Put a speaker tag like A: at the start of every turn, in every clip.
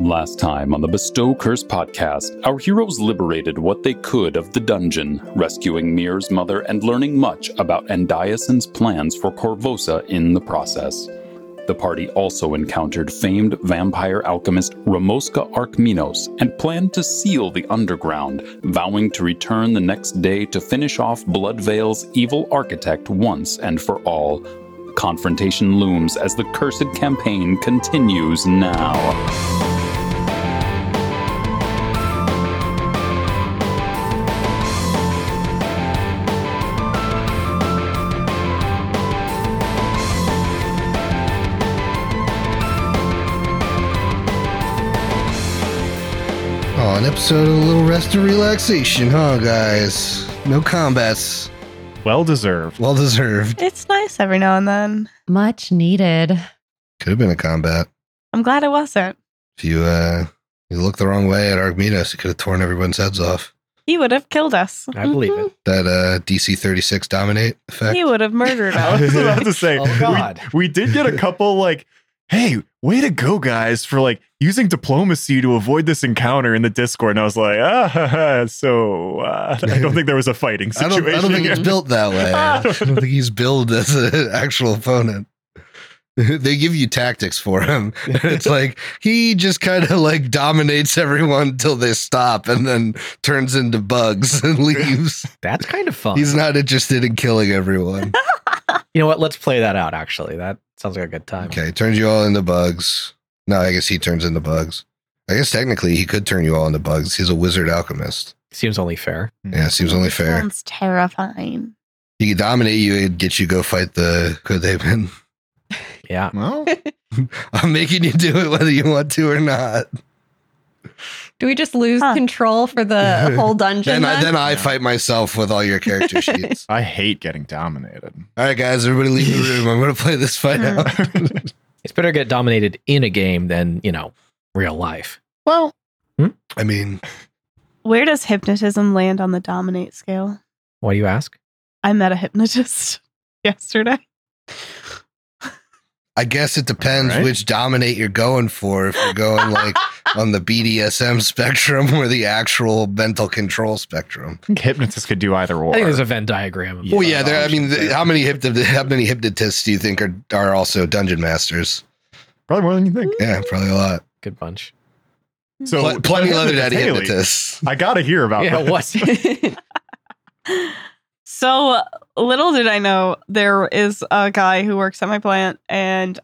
A: Last time on the Bestow Curse podcast, our heroes liberated what they could of the dungeon, rescuing Mir's mother and learning much about Andiason's plans for Corvosa in the process. The party also encountered famed vampire alchemist Ramoska Arkminos and planned to seal the underground, vowing to return the next day to finish off Bloodvale's evil architect once and for all. Confrontation looms as the cursed campaign continues now.
B: Oh, an episode of a little rest and relaxation, huh, guys? No combats.
C: Well deserved.
B: Well deserved.
D: It's nice every now and then.
E: Much needed.
B: Could have been a combat.
D: I'm glad it wasn't.
B: If you uh you looked the wrong way at Argminos, you could have torn everyone's heads off.
D: He would have killed us.
F: I believe
E: Mhm.
F: it.
B: That uh DC thirty six dominate effect.
D: He would have murdered
C: I was about
D: us.
C: to say,
F: Oh,
C: we-
F: God.
C: We, did get a couple like, hey, way to go, guys, for like using diplomacy to avoid this encounter in the Discord. And I was like, ah, so uh, I don't think there was a fighting
B: I
C: situation.
B: don't I don't think
C: here.
B: he's built that way. I don't think he's billed as an actual opponent. they give you tactics for him. It's like he just kind of like dominates everyone until they stop and then turns into bugs and leaves.
F: That's kind of fun.
B: He's not interested in killing everyone.
F: you know what? Let's play that out. Actually, that sounds like a good time.
B: Okay, turns you all into bugs. No, I guess he turns into bugs. I guess technically he could turn you all into bugs. He's a wizard alchemist.
F: Seems only fair.
B: Yeah, seems only fair.
D: Sounds terrifying.
B: He could dominate you and get you go fight the Kodaban.
F: Yeah.
C: Well,
B: I'm making you do it whether you want to or not.
E: Do we just lose
D: Huh.
E: control for the whole dungeon?
B: Then I,
E: then?
B: then I
C: Yeah.
B: fight myself with all your character sheets.
C: I hate getting dominated.
B: All right, guys, everybody leave the room. I'm going to play this fight out.
F: It's better get dominated in a game than you know real life.
C: well,
B: I mean,
D: Where does hypnotism land on the dominate scale?
F: Why do you ask?
D: I met a hypnotist yesterday.
B: I guess it depends
C: All right.
B: which dominate you're going for. If you're going like on the BDSM spectrum or the actual mental control spectrum.
C: I think hypnotists could do either or.
F: I think there's a Venn diagram. of
C: Yeah.
B: Well,
F: fun
B: yeah, there. I mean,
F: options
B: th
F: there.
B: how many hypno- how many hypnotists do you think are are also dungeon masters?
C: Probably more than you think.
B: Yeah, probably a lot.
F: good bunch.
C: So
B: Pl- plenty of leather daddy
C: Haley,
B: hypnotists.
C: I gotta hear about
F: Yeah.
C: that.
F: What?
D: So little did I know there is a guy who works at my plant and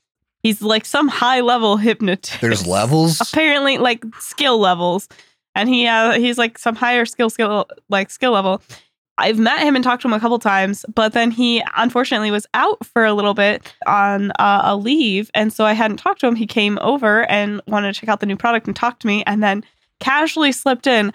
D: he's like some high level hypnotist.
B: There's levels.
D: apparently like skill levels and he uh, he's like some higher skill skill like skill level i've met him and talked to him a couple times but then he unfortunately was out for a little bit on uh, a leave and so i hadn't talked to him he came over and wanted to check out the new product and talked to me and then casually slipped in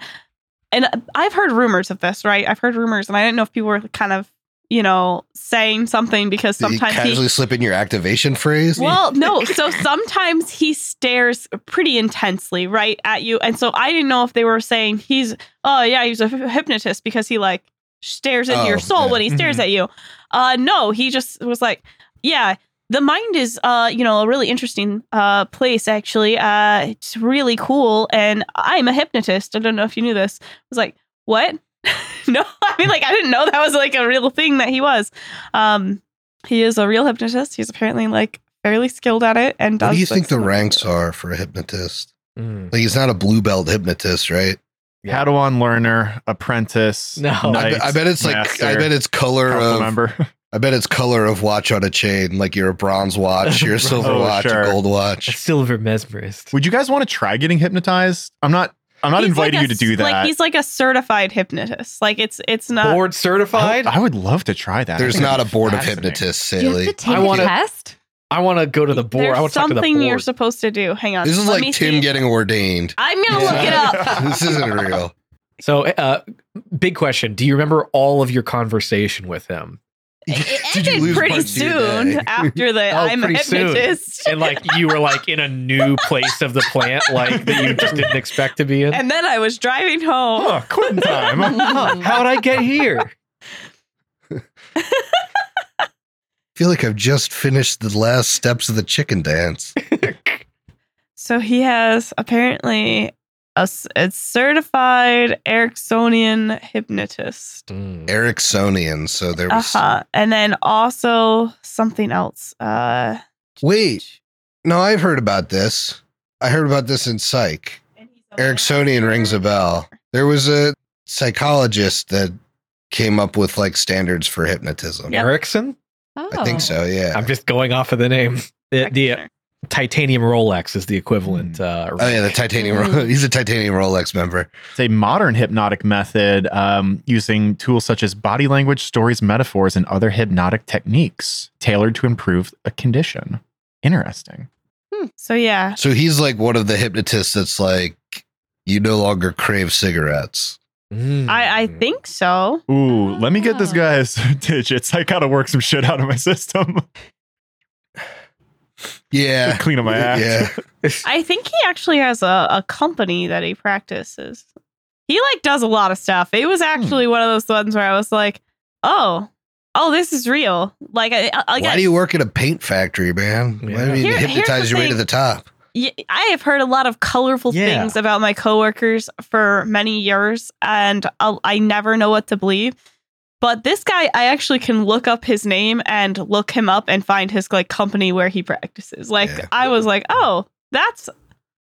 D: and i've heard rumors of this right i've heard rumors and i didn't know if people were kind of you know saying something because
B: Did you
D: sometimes he
B: casually slip in your activation phrase?
D: well, no. So sometimes he stares pretty intensely right at you. And so I didn't know if they were saying he's, oh, yeah, he's a hypnotist because he like stares into
B: Oh,
D: your soul
B: yeah.
D: when he stares at you. Uh, no, he just was like, yeah, the mind is, uh, you know, a really interesting uh, place, actually. Uh, it's really cool. And I'm a hypnotist. I don't know if you knew this. I was like, what? no, I mean, like, I didn't know that was like a real thing that he was. Um, he is a real hypnotist. He's apparently like fairly skilled at it and does.
B: what do you think
D: this.
B: the ranks are for a hypnotist?
F: Mm.
B: Like, he's not a blue belt hypnotist, right?
C: Padawan learner, apprentice.
F: No. I
B: I,
C: knight,
B: bet, I bet it's like
C: master,
B: I bet it's uh, color
C: council
B: of
C: member.
B: I bet it's color of watch on a chain. Like you're a bronze watch, you're a silver
C: Oh,
B: watch,
C: sure.
B: a gold
F: A
B: watch.
F: silver mesmerist.
C: Would you guys want to try getting hypnotized? I'm not. I'm not
D: He's
C: inviting
D: like
C: you to
D: a
C: do
D: s-
C: that.
D: Like he's like a certified hypnotist. Like it's it's not.
F: Board
C: I,
F: certified.
C: I would love to try that. I
B: There's
C: think
B: not a
C: that'd be
B: board of
C: fascinating.
B: hypnotists,
E: Do you have
B: Haley.
E: to take
F: I
E: a
F: wanna-
E: test?
F: I want to go to the board.
D: There's
F: I want to talk to the
D: something you're
F: board.
D: supposed to do. Hang on.
B: This is
D: let
B: like
D: me
B: Tim
D: see.
B: getting ordained.
D: I'm gonna
B: Yeah.
D: look it up.
B: this isn't real.
F: so, uh, big question. Do you remember all of your conversation with him?
D: It
B: Did you
D: ended
B: lose
D: pretty
B: part two today?
D: soon after the
F: Oh,
D: I'm a
F: pretty soon.
D: hypnotist.
F: and like you were like in a new place of the plant like that you just didn't expect to be in
D: And then I was driving home.
C: Huh, quitting time.
F: Huh, how'd i get here
B: I feel like I've just finished the last steps of the chicken dance.
D: So he has apparently a, s- a certified Ericksonian hypnotist.
F: Mm.
B: Ericksonian. So there
D: Uh
B: was.
D: huh. And then also something else. Uh,
B: Wait, no, I've heard about this. I heard about this in psych. Ericksonian rings a bell. There was a psychologist that came up with like standards for hypnotism.
D: Yeah.
F: Erickson?
E: Oh.
B: I think so. Yeah.
F: I'm just going off of the name. The, the uh,
D: Practitioner.
F: titanium Rolex is the equivalent. Uh,
B: Oh yeah, the titanium. Ro- He's a titanium Rolex member.
C: It's a modern hypnotic method um, using tools such as body language, stories, metaphors, and other hypnotic techniques tailored to improve a condition. Interesting.
D: So yeah.
B: So he's like one of the hypnotists that's like, you no longer crave cigarettes.
F: Mm.
B: Hmm.
D: I, I think so.
C: Ooh, let me get this
E: Ah.
C: guy's digits. I gotta work some shit out of my system.
B: Yeah.
C: Clean up my act.
B: Yeah.
D: I think he actually has a, a company that he practices. He like does a lot of stuff. It
B: Hmm.
D: was actually one of those ones where I was like, oh, oh, this is real. Like, I, I,
B: Why do you work at a paint factory, man? Why
F: Yeah.
B: do you
D: Here- here's
B: hypnotize
D: the
B: your way to
D: thing.
B: the top?
D: Y- I have heard a lot of colorful
F: Yeah.
D: things about my coworkers for many years, and I'll, I never know what to believe. But this guy, I actually can look up his name and look him up and find his like company where he practices. Like
B: Yeah.
D: I was like, oh, that's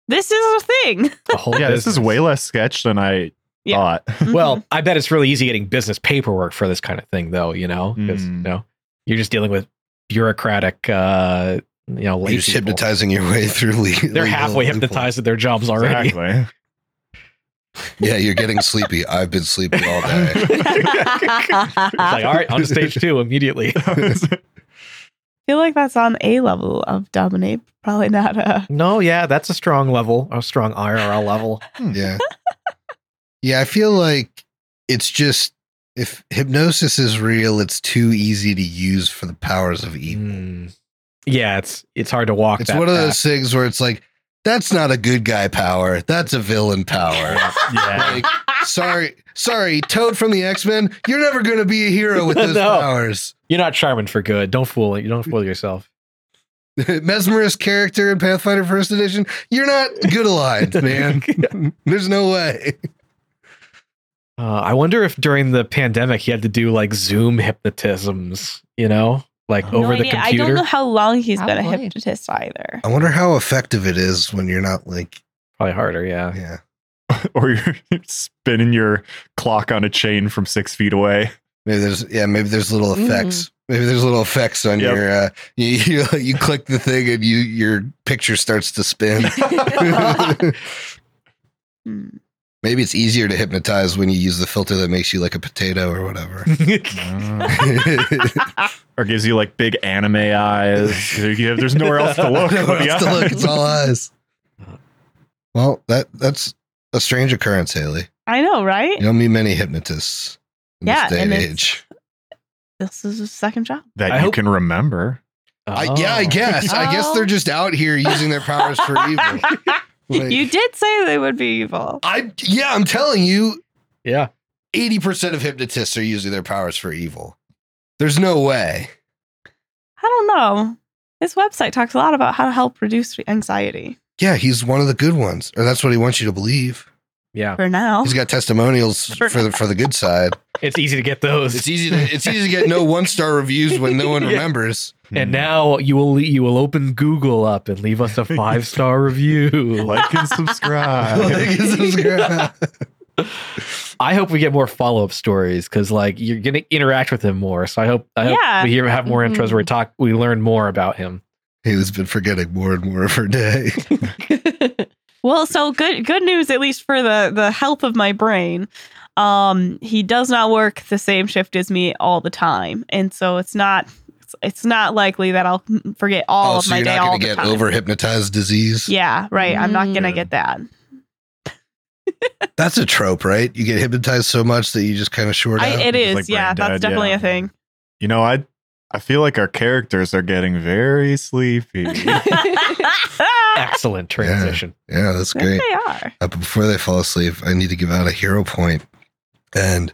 D: this is a thing.
F: A whole
C: Yeah, this is
F: business.
C: way less sketch than I
D: Yeah.
C: thought.
D: Mm-hmm.
F: Well, I bet it's really easy getting business paperwork for this kind of thing, though. You know, 'Cause,
C: Mm.
F: you know, you're just dealing with bureaucratic, uh, you know, lay
B: You're just
F: people.
B: hypnotizing your way through. Le-
F: They're halfway hypnotized at their jobs already.
C: Exactly.
B: Yeah, you're getting sleepy. I've been sleepy all day.
F: It's like, all right, on to stage two immediately.
D: I feel like that's on a level of dominate, probably not. Uh,
F: No, yeah, that's a strong level, a strong IRL level.
B: Yeah. Yeah, I feel like it's just if hypnosis is real, it's too easy to use for the powers of evil.
F: Mm. Yeah, it's it's hard to walk.
B: It's
F: that
B: one of
F: path.
B: those things where it's like, that's not a good guy power. That's a villain power.
C: yeah.
B: like, sorry, sorry, Toad from the X Men, you're never going to be a hero with those
F: No.
B: powers.
F: You're not charming for good. Don't fool it. You don't fool yourself.
B: Mesmerist character in Pathfinder First Edition, you're not good aligned, man. There's no way.
F: Uh, I wonder if during the pandemic he had to do like Zoom hypnotisms. You know, like
C: No
F: over the
D: idea.
F: computer.
D: I don't know how long he's been a
E: Probably.
D: hypnotist either.
B: I wonder how effective it is when you're not like,
F: Probably harder. Yeah.
B: yeah.
C: or you're spinning your clock on a chain from six feet away.
B: Maybe there's yeah, maybe there's little
F: Mm.
B: effects. Maybe there's little effects on
C: Yep.
B: your uh, you, you you click the thing and you your picture starts to spin.
D: Hmm.
B: maybe it's easier to hypnotize when you use the filter that makes you like a potato or whatever.
F: Ah.
C: or gives you like big anime eyes. You have, there's nowhere else to look.
B: No
C: but
B: one
C: the
B: else to look, it's
C: eyes.
B: all eyes. Well, that that's a strange occurrence, Haley.
D: I know, right?
B: You don't meet many hypnotists in
D: Yeah,
B: this day
D: and
B: and
D: it's-
B: age.
D: This is his second job.
C: that
F: I
C: you
F: hope-
C: can remember.
B: I, yeah, I
F: Oh.
B: guess. I guess
E: Oh.
B: they're just out here using their powers for evil. Like-
D: you did say they would be evil.
B: I yeah, I'm telling you,
F: Yeah.
B: eighty percent of hypnotists are using their powers for evil. There's no way.
D: I don't know. His website talks a lot about how to help reduce anxiety
B: Yeah, he's one of the good ones, or that's what he wants you to believe.
F: Yeah.
D: for now.
B: He's got testimonials for the for the good side.
F: It's easy to get those.
B: It's easy to it's easy to get no one star reviews when no one
F: Yeah.
B: remembers.
F: and now you will you will open Google up and leave us a five star review.
C: Hmm. like and
D: Uh,
C: subscribe.
B: Like, subscribe.
F: I hope we get more follow up stories because like you're gonna interact with him more. So I hope I hope
D: Yeah. Mm-hmm.
F: we hear, have more intros where we talk, we learn more about him.
B: Haley's been forgetting more and more of her day.
E: Oh.
D: Well, so good good news at least for the the health of my brain. Um he does not work the same shift as me all the time. And so it's not it's, it's not likely that I'll forget all
B: oh,
D: of
B: so
D: my
B: you're
D: day
B: not
D: all
B: going
D: the
B: to get
D: time.
B: over hypnotized disease.
D: yeah, right. I'm not going to
F: Mm.
D: get that.
B: That's a trope, right? You get hypnotized so much that you just kind of short
D: I,
B: out.
D: it
C: It's
D: is.
C: like brain
D: yeah,
C: dead,
D: that's definitely
C: yeah.
D: a thing.
C: You know, I I feel like our characters are getting very sleepy.
F: Excellent transition.
B: yeah, that's
D: there
B: great.
D: they are.
B: Uh, but before they fall asleep, I need to give out a hero point. And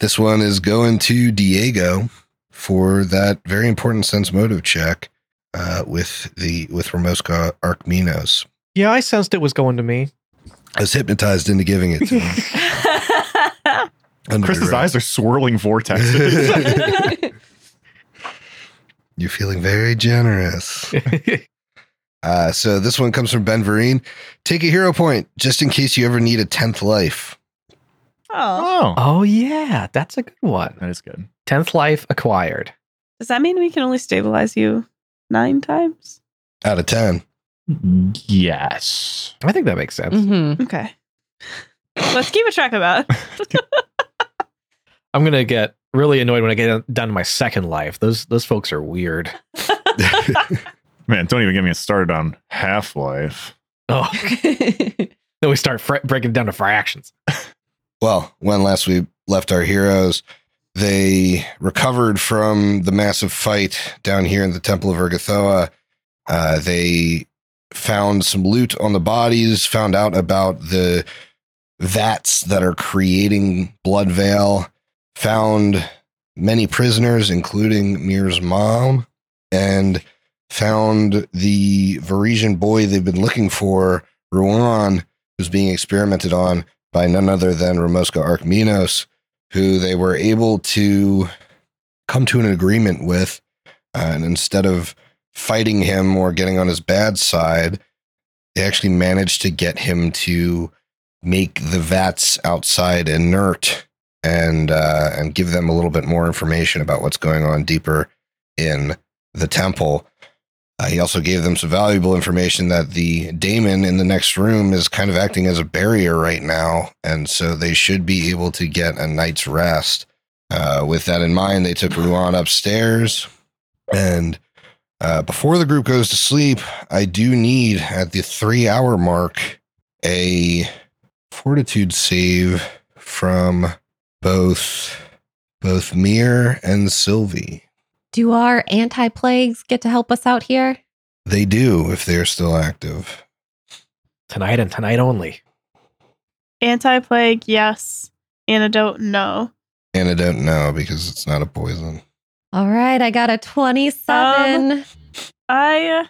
B: this one is going to Diego for that very important sense motive check uh, with the with Ramoska Arcminos.
F: Yeah, I sensed it was going to me.
B: I was hypnotized into giving it to him. Under
C: Chris's
B: your-
C: eyes are swirling vortexes.
B: You're feeling very generous. Uh, so this one comes from Ben Vereen. Take a hero point just in case you ever need a 10th life.
D: oh,
C: oh,
F: oh yeah, that's a good one.
C: that is good.
F: Tenth life acquired.
D: does that mean we can only stabilize you nine times?
B: Out of 10.
C: Yes.
F: I think that makes sense.
D: Mm-hmm.
B: Mm-hmm.
E: Mhm.
D: Okay. Let's keep a track of that.
F: I'm gonna get really annoyed when I get done my second life. Those those folks are weird.
C: Man, don't even get me started on Half Life.
F: Oh, then we start fr- breaking down to fractions.
B: Well, when last we left our heroes, they recovered from the massive fight down here in the Temple of Ergothoa. Uh, they found some loot on the bodies, found out about the vats that are creating Blood Veil, found many prisoners, including Mir's mom, and found the Varisian boy they've been looking for, Ruan, who's being experimented on by none other than Ramoska Arkminos, who they were able to come to an agreement with. Uh, and instead of fighting him or getting on his bad side, they actually managed to get him to make the vats outside inert and uh, and give them a little bit more information about what's going on deeper in the temple. Uh, he also gave them some valuable information that the daemon in the next room is kind of acting as a barrier right now, and so they should be able to get a night's rest. Uh, with that in mind, they took Ruan upstairs, and uh, before the group goes to sleep, I do need at the three-hour mark a fortitude save from both both Mir and Sylvie.
E: Do our anti plagues get to help us out here?
B: They do if they're still active.
F: Tonight and tonight only.
D: Anti plague, yes. Antidote, no.
B: And I don't know because it's not a poison.
E: All right, I got a 27.
D: I, uh,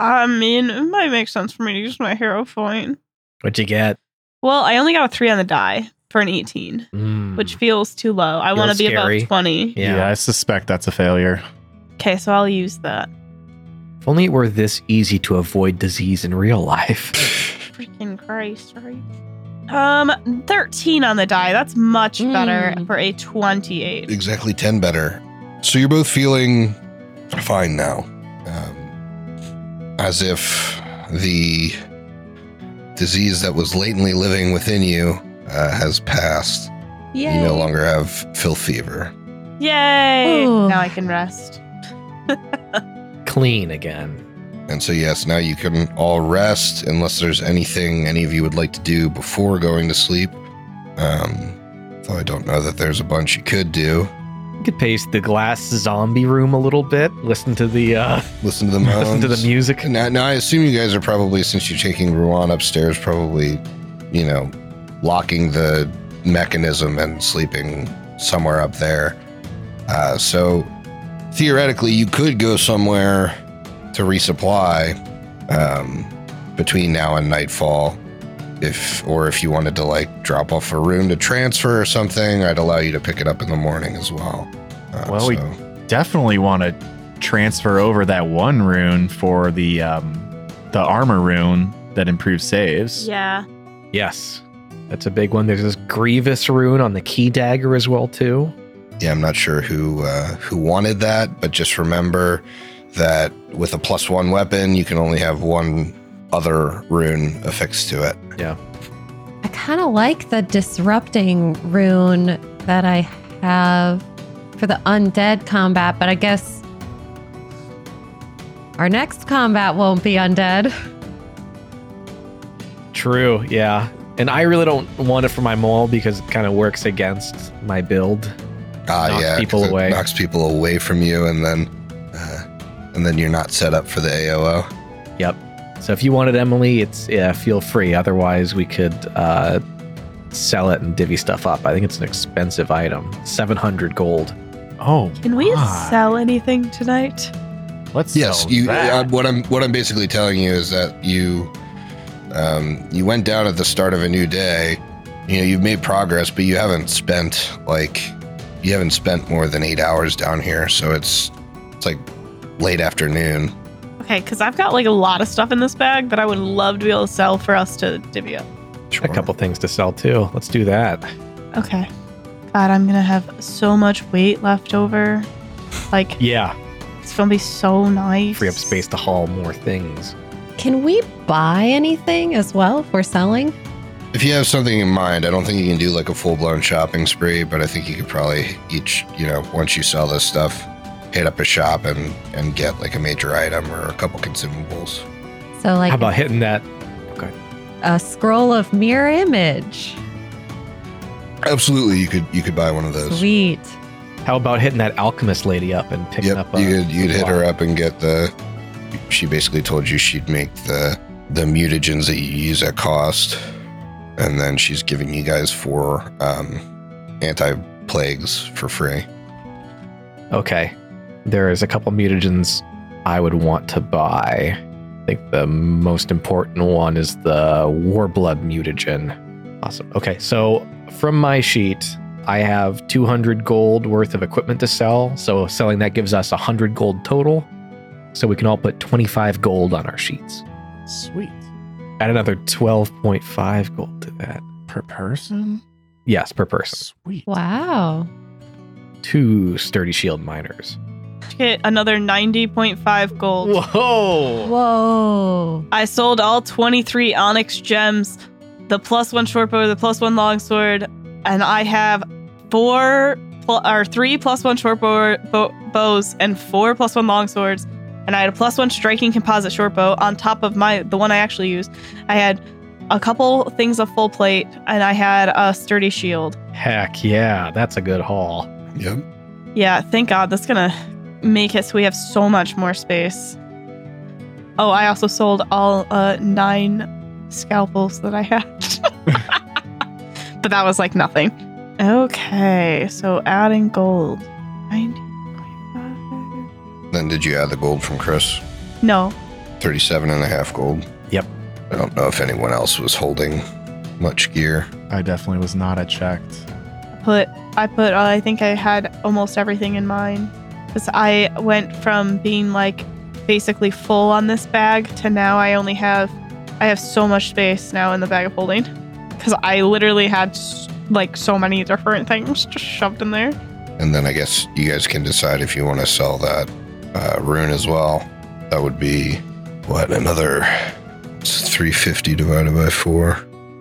D: I mean, it might make sense for me to use my hero point.
F: What'd you get?
D: Well, I only got a three on the die for an 18,
F: Mm.
D: which feels too low. I want to
F: Feels
D: be
F: scary.
D: above 20.
F: yeah.
C: I suspect that's a failure.
D: Okay, so I'll use that.
F: If only it were this easy to avoid disease in real life.
D: Freaking Christ, right? Um, 13 on the die. That's much better
E: Mm.
D: for a 28.
B: Exactly 10 better. So you're both feeling fine now. Um, as if the disease that was latently living within you uh, has passed.
E: Yay.
B: You no longer have filth fever.
D: Yay!
E: Ooh.
D: Now I can rest.
F: Clean again.
B: And so, yes, now you can all rest unless there's anything any of you would like to do before going to sleep. Um, though I don't know that there's a bunch you could do.
F: You could pace the glass zombie room a little bit. Listen to the uh,
B: Listen to the moans.
F: listen to the music.
B: Now, now I assume you guys are probably, since you're taking Ruan upstairs, probably, you know, locking the mechanism and sleeping somewhere up there. Uh, so theoretically, you could go somewhere to resupply um, between now and nightfall. If or if you wanted to like drop off a room to transfer or something, I'd allow you to pick it up in the morning as well. Uh,
C: Well, we- Definitely want to transfer over that one rune for the um, the armor rune that improves saves.
D: Yeah.
F: Yes, that's a big one. There's this grievous rune on the key dagger as well too.
B: yeah, I'm not sure who uh, who wanted that, but just remember that with a plus one weapon, you can only have one other rune affixed to it.
E: I kind of like the disrupting rune that I have for the undead combat, but I guess our next combat won't be undead.
F: True. Yeah. And I really don't want it for my mole because it kind of works against my build.
B: Ah,
F: Knocks
B: yeah, 'cause
F: people
B: it
F: away.
B: Knocks people away from you, and then uh, and then you're not set up for the AOO.
F: So if you wanted Emily, it's yeah, feel free. Otherwise, we could uh, sell it and divvy stuff up. I think it's an expensive item, seven hundred gold.
C: Oh,
D: Can we
C: my.
D: sell anything tonight?
C: Let's
B: Yes,
C: sell
B: you.
C: that.
B: Uh, what I'm what I'm basically telling you is that you Um, you went down at the start of a new day. You know, you've made progress, but you haven't spent like you haven't spent more than eight hours down here, so it's it's like late afternoon.
D: Okay, because I've got like a lot of stuff in this bag that I would love to be able to sell for us to divvy up.
F: A couple things to sell too. Let's do that.
D: Okay. God, I'm gonna have so much weight left over. Like
F: Yeah.
D: it's gonna be so nice.
F: Free up space to haul more things.
E: Can we buy anything as well if we're selling?
B: If you have something in mind, I don't think you can do like a full blown shopping spree, but I think you could probably each, you know, once you sell this stuff, hit up a shop and and get like a major item or a couple consumables.
E: So, like
F: How about hitting that?
E: a scroll of mirror image.
B: Absolutely, you could you could buy one of those.
E: Sweet.
F: How about hitting that alchemist lady up and picking
B: Yep,
F: up? uh, A,
B: you could you could hit her
F: lot?
B: up and get the. She basically told you she'd make the the mutagens that you use at cost, and then she's giving you guys four um, anti plagues for free.
F: Okay. There is a couple mutagens I would want to buy. I think the most important one is the Warblood mutagen. Awesome. Okay, so from my sheet, I have 200 gold worth of equipment to sell. So selling that gives us 100 gold total. So we can all put 25 gold on our sheets.
B: um,
C: Sweet.
F: Add another 12.5 gold to that.
C: Per person?
F: Yes, per person.
C: Sweet.
E: Wow.
F: Two sturdy shield miners.
D: Get another 90.5 gold.
F: Whoa!
E: Whoa.
D: I sold all 23 onyx gems, the plus one shortbow, the plus one longsword, and I have four pl- or three plus one shortbow bo- bows and four plus one longswords, and I had a plus one striking composite shortbow on top of my the one I actually used. I had a couple things of full plate, and I had a sturdy shield.
F: Heck yeah, that's a good haul.
B: Yep.
D: Yeah, thank God that's gonna make it so we have so much more space. Oh, I also sold all uh, nine scalpels that I had, but that was like nothing. Okay, so adding gold. 90.5.
B: Then did you add the gold from Chris?
D: No,
B: 37 and a half gold.
F: Yep.
B: I don't know if anyone else was holding much gear.
C: I definitely was not. I checked.
D: I put I put. Uh, I think I had almost everything in mine because I went from being like basically full on this bag to now I only have I have so much space now in the bag of holding because I literally had s- like so many different things just shoved in there.
B: And then I guess you guys can decide if you want to sell that uh, rune as well. That would be what another it's 350 divided by 4.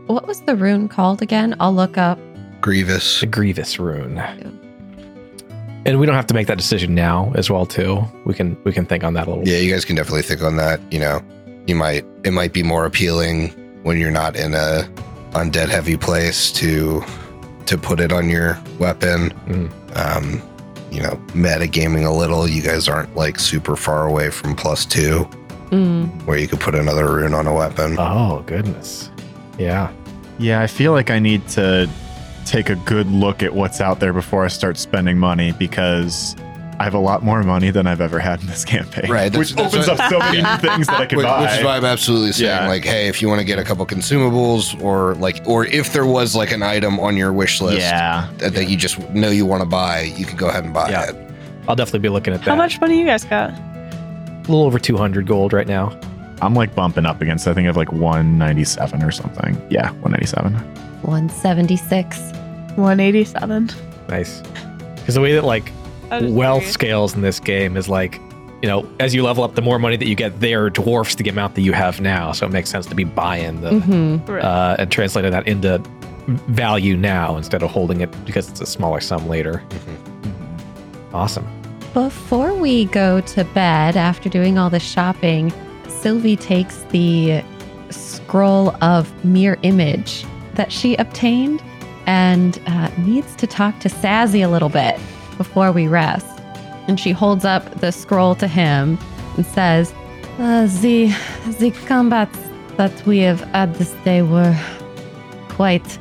E: What was the rune called again? I'll look up.
B: Grievous.
F: The Grievous rune. And we don't have to make that decision now as well too. We can we can think on that a little.
B: Yeah, you guys can definitely think on that, you know. You might it might be more appealing when you're not in a undead heavy place to to put it on your weapon.
F: Mhm.
B: Um you know, metagaming a little, you guys aren't like super far away from plus two,
E: Mm.
B: where you could put another rune on a weapon.
F: Oh goodness. Yeah.
C: Yeah, I feel like I need to take a good look at what's out there before I start spending money because I have a lot more money than I've ever had in this campaign.
B: Right, that's-
C: Which
B: that's
C: opens
B: what-
C: up so many new things that I could
B: Which,
C: buy.
B: which is why I'm absolutely saying,
C: Yeah.
B: like, hey, if you want to get a couple consumables, or like, or if there was like an item on your wish list
C: yeah.
B: that, that you just know you want to buy, you could go ahead and buy
F: Yeah.
B: it.
F: I'll definitely be looking at that.
D: How much money you guys got?
F: A little over 200 gold right now.
C: I'm like bumping up against, I think I have like 197 or something. Yeah, 197.
E: 176.
D: 187.
F: Nice. Cuz the way that like wealth scales in this game is like you know, as you level up, the more money that you get there dwarfs the amount that you have now. So it makes sense to be buying the
E: hmm
D: Mm-hmm.
F: uh, and translating that into value now instead of holding it because it's a smaller sum later. Awesome.
E: Before we go to bed after doing all the shopping, Sylvie takes the scroll of mirror image that she obtained and uh, needs to talk to Sazzy a little bit before we rest. And she holds up the scroll to him and says, uh, the, the combats that we have had this day were quite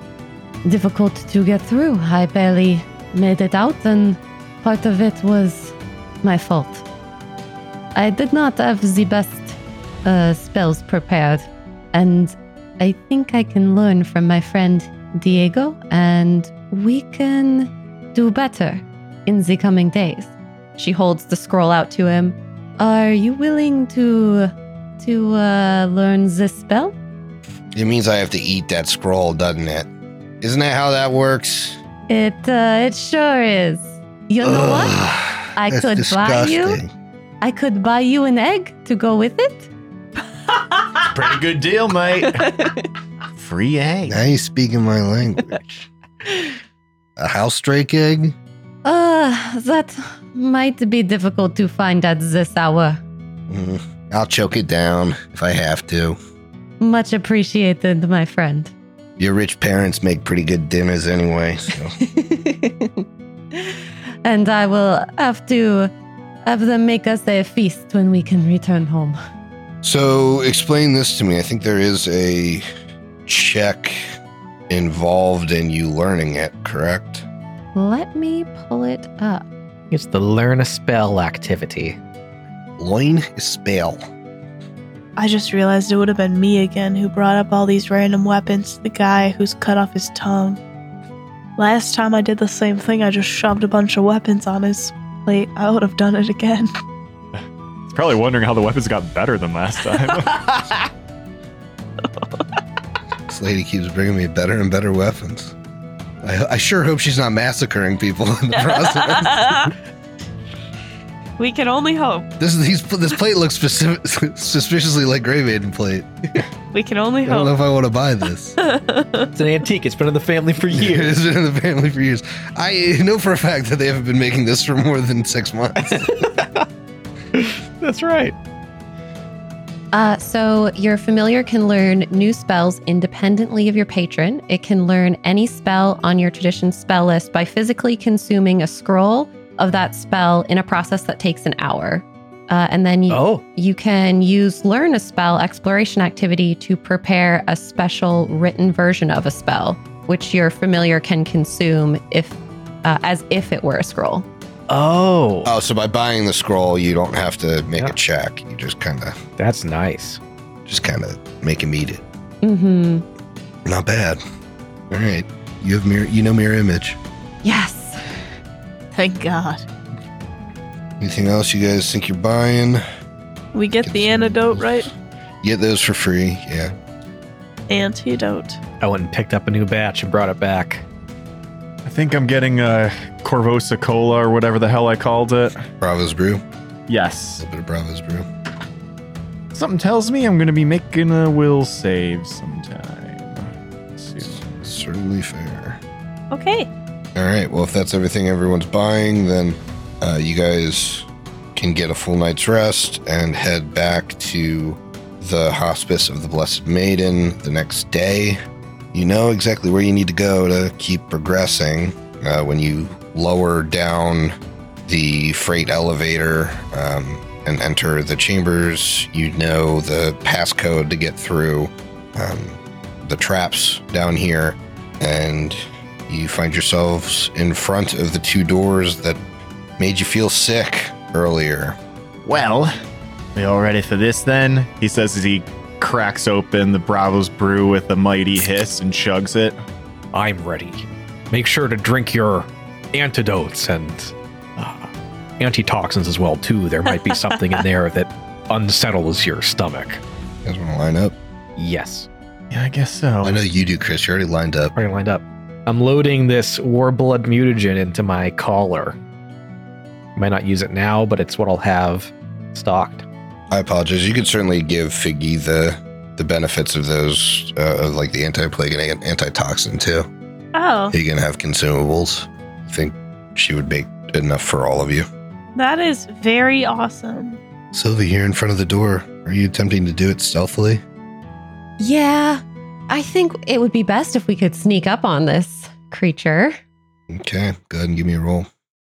E: difficult to get through. I barely made it out and Part of it was my fault. I did not have the best uh, spells prepared, and I think I can learn from my friend Diego, and we can do better in the coming days. She holds the scroll out to him. Are you willing to to uh, learn this spell?
B: It means I have to eat that scroll, doesn't it? Isn't that how that works?
E: It uh, it sure is. You know what?
B: Ugh,
E: I
B: that's
E: could buy you. I could buy you an egg to go with it.
C: Pretty good deal, mate. Free egg.
B: Now you're speaking my language. A house drake egg?
E: Uh, that might be difficult to find at this hour.
B: Mm, I'll choke it down if I have to.
E: Much appreciated, my friend.
B: Your rich parents make pretty good dinners anyway, so.
E: and I will have to have them make us a feast when we can return home.
B: So explain this to me. I think there is a check involved in you learning it, correct?
E: Let me pull it up.
F: It's the learn a spell activity.
B: Loin spell.
D: I just realized it would have been me again who brought up all these random weapons to the guy who's cut off his tongue. Last time I did the same thing, I just shoved a bunch of weapons on his plate. I would have done it again.
C: He's probably wondering how the weapons got better than last time.
B: This lady keeps bringing me better and better weapons. I, I sure hope she's not massacring people in the process.
D: we can only hope.
B: this is these, this plate looks specific, suspiciously like Grave Maiden plate.
D: We can only
B: I don't know if
D: hope.
B: I want to buy this.
F: It's an antique. It's been in the family for
B: it's
F: years.
B: been in the family for years. I know for a fact that they haven't been making this for more than six months.
F: That's right.
E: Uh, so, your familiar can learn new spells independently of your patron. It can learn any spell on your tradition spell list by physically consuming a scroll of that spell in a process that takes an hour. Uh, and then you,
F: Oh,
E: You can use learn a spell exploration activity to prepare a special written version of a spell, which your familiar can consume if uh, as if it were a scroll.
F: oh,
B: oh, so by buying the scroll, you don't have to make
F: Yeah.
B: a check. You just kind of,
F: that's nice.
B: just kind of make him eat it.
E: Mm-hmm.
B: Not bad. All right, you have mirror. You know mirror image.
E: Yes.
D: Thank God.
B: Anything else you guys think you're buying?
D: We get the antidote, right?
B: Get those for free. Yeah.
D: Antidote.
F: I went and picked up a new batch and brought it back.
C: I think I'm getting uh, Corvosa Cola or whatever the hell I called it.
B: Bravo's brew. A
C: Yes.
B: little bit of Bravo's brew.
C: Something tells me I'm going to be making a will save sometime. soon.
B: Certainly fair.
D: Okay.
B: All right. Well, if that's everything everyone's buying, then uh, you guys can get a full night's rest and head back to the Hospice of the Blessed Maiden the next day. You know exactly where you need to go to keep progressing. Uh, when you lower down the freight elevator um, and enter the chambers, you know the passcode to get through um, the traps down here. And you find yourselves in front of the two doors that made you feel sick earlier.
C: Well, we all ready for this then? He says as he cracks open the Bravo's brew with a mighty hiss and chugs it.
F: I'm ready. Make sure to drink your antidotes and uh, antitoxins as well too. There might be something in there that unsettles your stomach.
B: You guys want to line up?
F: Yes.
C: Yeah, I guess so.
B: I know you do, Chris. You're already lined up.
F: Already lined up. I'm loading this Warblood mutagen into my collar. Might not use it now, but it's what I'll have stocked.
B: I apologize. You could certainly give Figgy the the benefits of those, uh, of like the anti plague and an- antitoxin too.
D: Oh,
B: He can have consumables. I think she would make enough for all of you.
D: that is very awesome.
B: Sylvie, here in front of the door. Are you attempting to do it stealthily?
E: Yeah. I think it would be best if we could sneak up on this creature.
B: Okay, go ahead and give me a roll.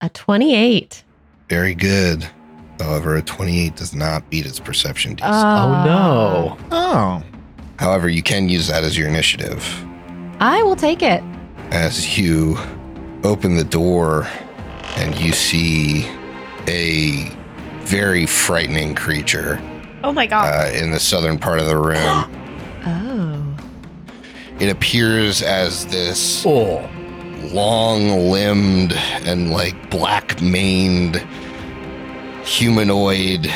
E: A 28.
B: Very good. However, a 28 does not beat its perception DC.
E: Uh,
F: oh
C: Oh.
B: However, you can use that as your initiative.
E: Uh, I will take it.
B: As you open the door and you see a very frightening creature
D: Oh my God.
B: uh, in the southern part of the room.
E: Oh.
B: it appears as this
F: Oh,
B: long limbed and like black maned humanoid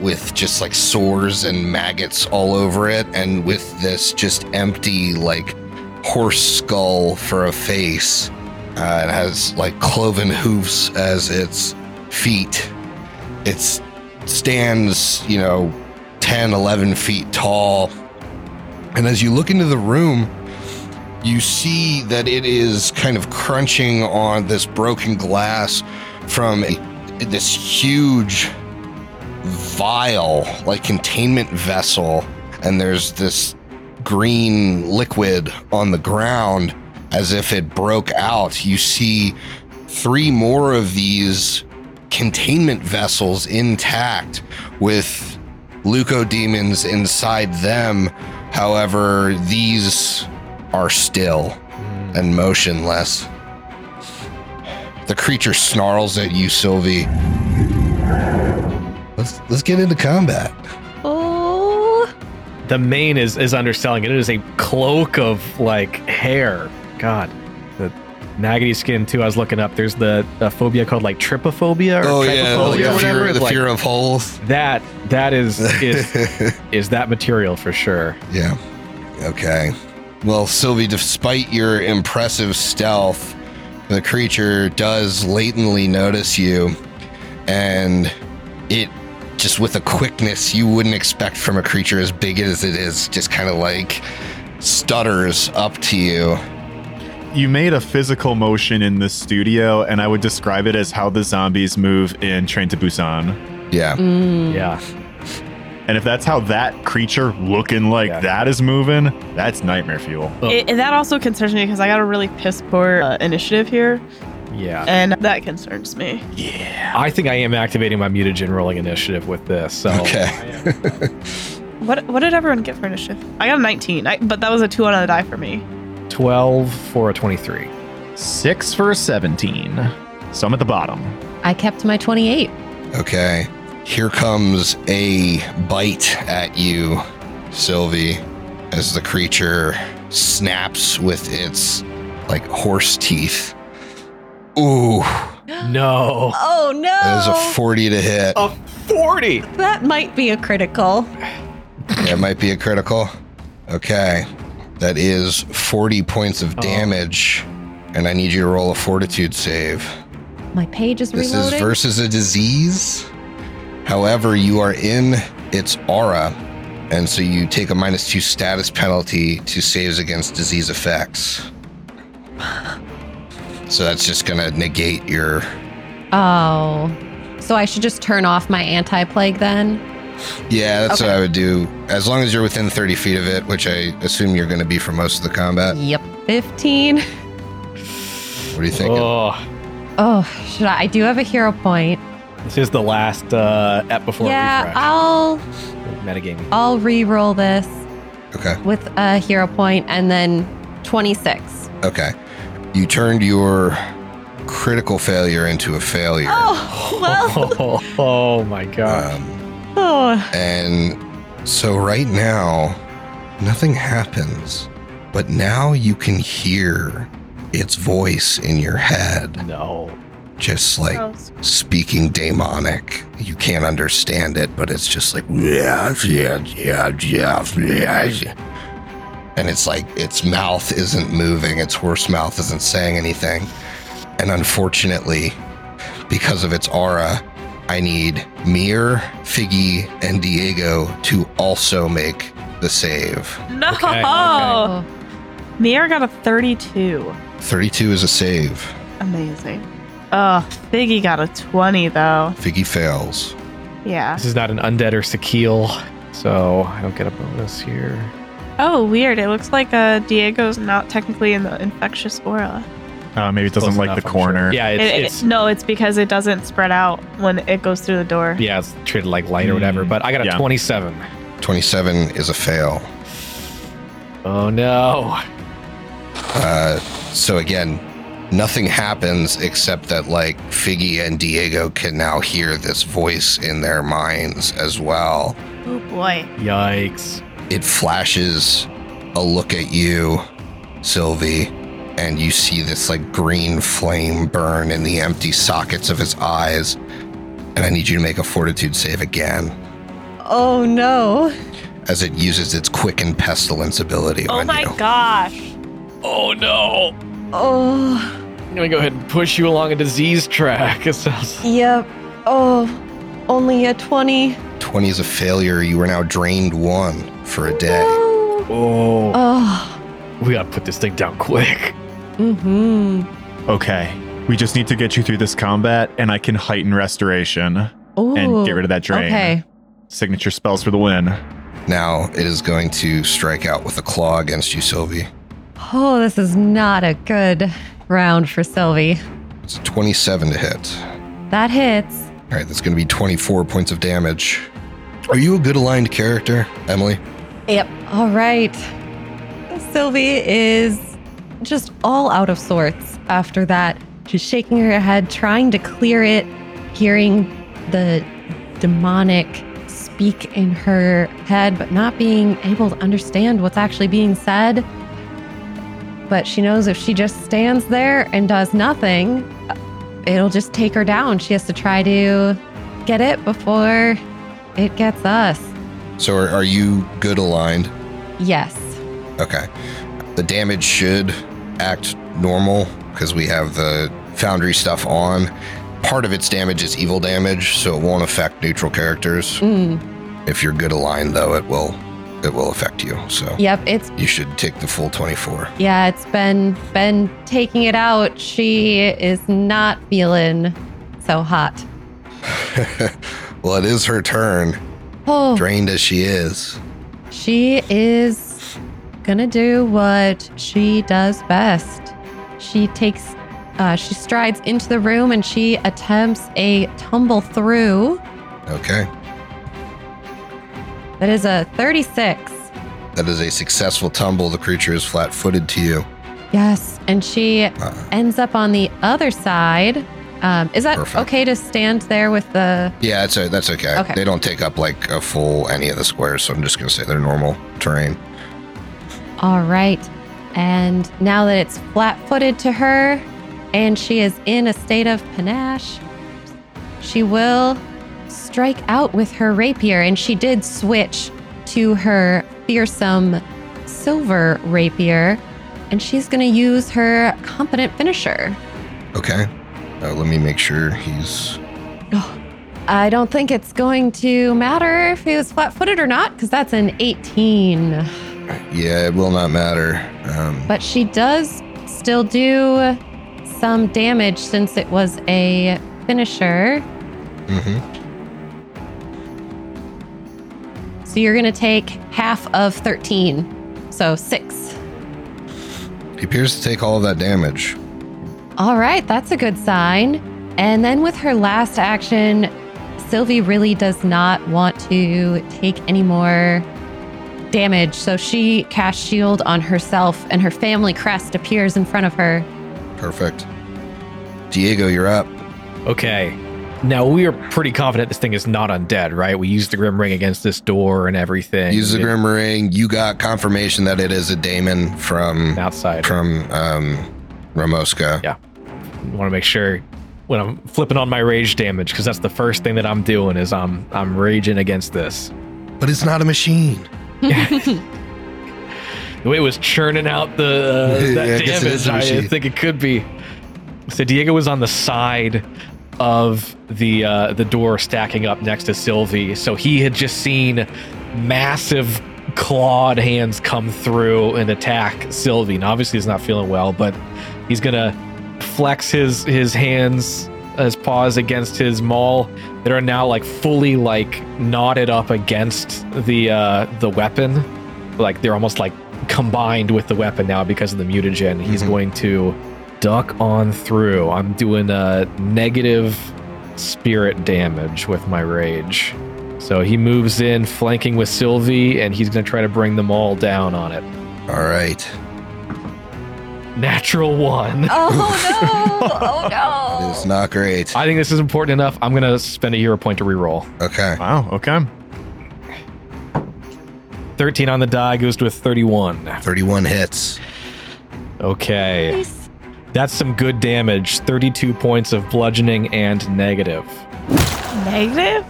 B: with just like sores and maggots all over it and with this just empty like horse skull for a face uh, it has like cloven hoofs as its feet it stands you know 10 11 feet tall and as you look into the room you see that it is kind of crunching on this broken glass from a, this huge vial, like containment vessel, and there's this green liquid on the ground as if it broke out. You see three more of these containment vessels intact with leucodemons inside them. However, these are still and motionless. The creature snarls at you, Sylvie. Let's let's get into combat.
E: Oh,
F: the mane is is underselling it. It is a cloak of like hair. God, the maggoty skin too. I was looking up. There's the a phobia called like trypophobia
B: Oh,
F: or trypophobia
B: the,
F: or Oh, whatever.
B: fear, the
F: like,
B: fear of holes.
F: that that is is is that material for sure.
B: yeah. Okay. Well, Sylvie, despite your impressive stealth, the creature does latently notice you, and it just with a quickness you wouldn't expect from a creature as big as it is, just kind of like stutters up to you.
C: You made a physical motion in the studio, and I would describe it as how the zombies move in Train to Busan.
B: Yeah.
E: Mm.
F: Yeah,
C: And if that's how that creature looking like
F: Yeah.
C: that is moving, that's nightmare fuel.
F: Oh.
D: It, that also concerns me because I got a really piss poor uh, initiative here,
F: yeah.
D: and that concerns me.
F: I think I am activating my mutagen rolling initiative with this. So
B: Okay.
D: What what did everyone get for initiative? I got a 19, I, but that was a two on the die for me.
F: twelve for a twenty-three.
C: Six for a 17. So I'm at the bottom.
E: I kept my 28.
B: Okay. Here comes a bite at you, Sylvie, as the creature snaps with its like horse teeth. Ooh,
F: No,
E: Oh no!
B: that is a 40 to hit.
F: a forty.
E: that might be a critical.
B: That might be a critical. Okay. That is 40 points of
F: Oh.
B: damage. And I need you to roll a fortitude save.
E: My page is
B: This
E: reloading.
B: is versus a disease. However, you are in its aura, and so you take a minus two status penalty to saves against disease effects. So that's just going to negate your.
E: oh, so I should just turn off my anti-plague then.
B: Yeah, that's what
E: Okay.
B: I would do. As long as you're within 30 feet of it, which I assume you're going to be for most of the combat.
E: Yep, 15.
B: What are you thinking?
F: Oh,
E: Oh, should I? I do have a hero point.
F: this is the last uh, ep before
E: yeah,
F: refresh.
E: I'll
F: metagaming.
E: I'll re-roll this
B: Okay.
E: with a hero point and then 26.
B: Okay. You turned your critical failure into a failure.
D: Oh well.
F: Oh, oh my god.
B: Um,
D: Oh,
B: And so right now, nothing happens, but now you can hear its voice in your head,
F: No.
B: just like
D: gross.
B: speaking demonic. You can't understand it, but it's just like, yeah, yeah, yeah, yeah, yeah. yeah." And it's like its mouth isn't moving, its horse mouth isn't saying anything. And unfortunately, because of its aura, I need Mir, Figgy, and Diego to also make the save.
D: no.
F: Okay, okay.
E: Oh,
D: Mir got a 32.
B: 32 is a save.
D: Amazing. Oh, Figgy got a 20 though.
B: Figgy fails.
D: Yeah.
F: This is not an undead or Sakil, so I don't get a bonus here.
D: Oh, weird. It looks like uh, Diego's not technically in the infectious aura.
C: Uh, maybe it doesn't
F: Close
C: like
F: enough,
C: the
F: I'm sure.
C: corner.
F: Yeah,
D: It-
F: it's,
D: it-
F: it's
D: no, it's because it doesn't spread out when it goes through the door.
F: yeah, it's treated like light or whatever.
C: Mm,
F: But I got a
C: yeah.
F: twenty-seven.
B: 27 is a fail.
F: Oh no.
B: Uh, so again, nothing happens except that like Figgy and Diego can now hear this voice in their minds as well.
D: Oh boy.
F: Yikes.
B: It flashes a look at you, Sylvie, and you see this like green flame burn in the empty sockets of his eyes. And I need you to make a fortitude save again
E: Oh no.
B: as it uses its quick and pestilence ability
D: Oh
B: on
D: my
B: you.
D: gosh.
F: Oh no!
E: Oh,
F: I'm gonna go ahead and push you along a disease track. It sounds.
E: yep. Oh, only a 20.
B: 20 is a failure. You are now drained one for a day.
E: Oh.
F: Oh,
E: Oh.
F: we gotta put this thing down quick.
E: Mm-hmm.
C: Okay. We just need to get you through this combat, and I can heighten restoration
E: Ooh.
C: and get rid of that drain.
E: Okay.
C: Signature spells for the win.
B: Now it is going to strike out with a claw against you, Sylvie.
E: Oh, this is not a good round for Sylvie.
B: It's a 27 to hit.
E: That hits.
B: All right, that's going to be 24 points of damage. Are you a good aligned character, Emily?
E: Yep. All right. Sylvie is just all out of sorts after that. She's shaking her head, trying to clear it, hearing the demonic speak in her head, but not being able to understand what's actually being said. But she knows if she just stands there and does nothing, it'll just take her down. She has to try to get it before it gets us.
B: So are, are you good aligned?
E: Yes.
B: Okay. The damage should act normal because we have the foundry stuff on. Part of its damage is evil damage, so it won't affect neutral characters.
E: Mm,
B: If you're good aligned though, it will it will affect you. So
E: yep, it's
B: you should take the full 24.
E: yeah, it's been been taking it out. She is not feeling so hot.
B: well, it is her turn,
E: Oh,
B: drained as she is.
E: she is gonna do what she does best. She takes, uh, she strides into the room and she attempts a tumble through.
B: Okay.
E: That is a thirty-six.
B: That is a successful tumble. The creature is flat-footed to you.
E: Yes, and she
B: Uh,
E: ends up on the other side. Um, is that
B: Perfect.
E: okay to stand there with the?
B: yeah, that's o- that's okay.
E: Okay.
B: They don't take up like a full any of the squares, so I'm just gonna say they're normal terrain.
E: All right. And now that it's flat footed to her and she is in a state of panache, she will strike out with her rapier. And she did switch to her fearsome silver rapier. And she's going to use her competent finisher.
B: Okay. Uh, let me make sure he's.
E: I don't think it's going to matter if he was flat footed or not, because that's an 18.
B: Yeah, it will not matter. Um,
E: But she does still do some damage since it was a finisher.
B: mhm.
E: So you're going to take half of 13. So six.
B: He appears to take all of that damage.
E: All right, that's a good sign. And then with her last action, Sylvie really does not want to take any more damage. So she casts shield on herself, and her family crest appears in front of her.
B: Perfect. Diego, you're up.
F: Okay. Now we are pretty confident this thing is not undead, right? We used the grim ring against this door and everything.
B: Use the
F: It-
B: Grim Ring. You got confirmation that it is a daemon from
F: outside.
B: from um, Ramoska.
F: Yeah. want to make sure when I'm flipping on my rage damage because that's the first thing that I'm doing is I'm I'm raging against this.
B: But it's not a machine.
F: The way it was churning out the
B: Yeah,
F: uh, that
B: I guess it is
F: damage,
B: a
F: I
B: machine.
F: think it could be. So Diego was on the side of the uh, the door, stacking up next to Sylvie. So he had just seen massive clawed hands come through and attack Sylvie. And obviously, he's not feeling well, but he's gonna flex his his hands, his paws against his maul that are now like fully like knotted up against the uh, the weapon. Like they're almost like combined with the weapon now because of the mutagen. He's
B: Mhm.
F: going to duck on through. I'm doing a negative spirit damage with my rage. So he moves in, flanking with Sylvie, and he's going to try to bring them all down on it.
B: All right.
F: Natural one.
E: Oh no!
B: It's not great.
F: I think this is important enough. I'm going to spend a hero point to reroll.
B: Okay.
C: Wow. Okay.
F: 13 on the die goes to a 31.
B: 31 hits.
F: Okay.
E: Nice.
F: That's some good damage. 32 points of bludgeoning and negative.
D: Negative?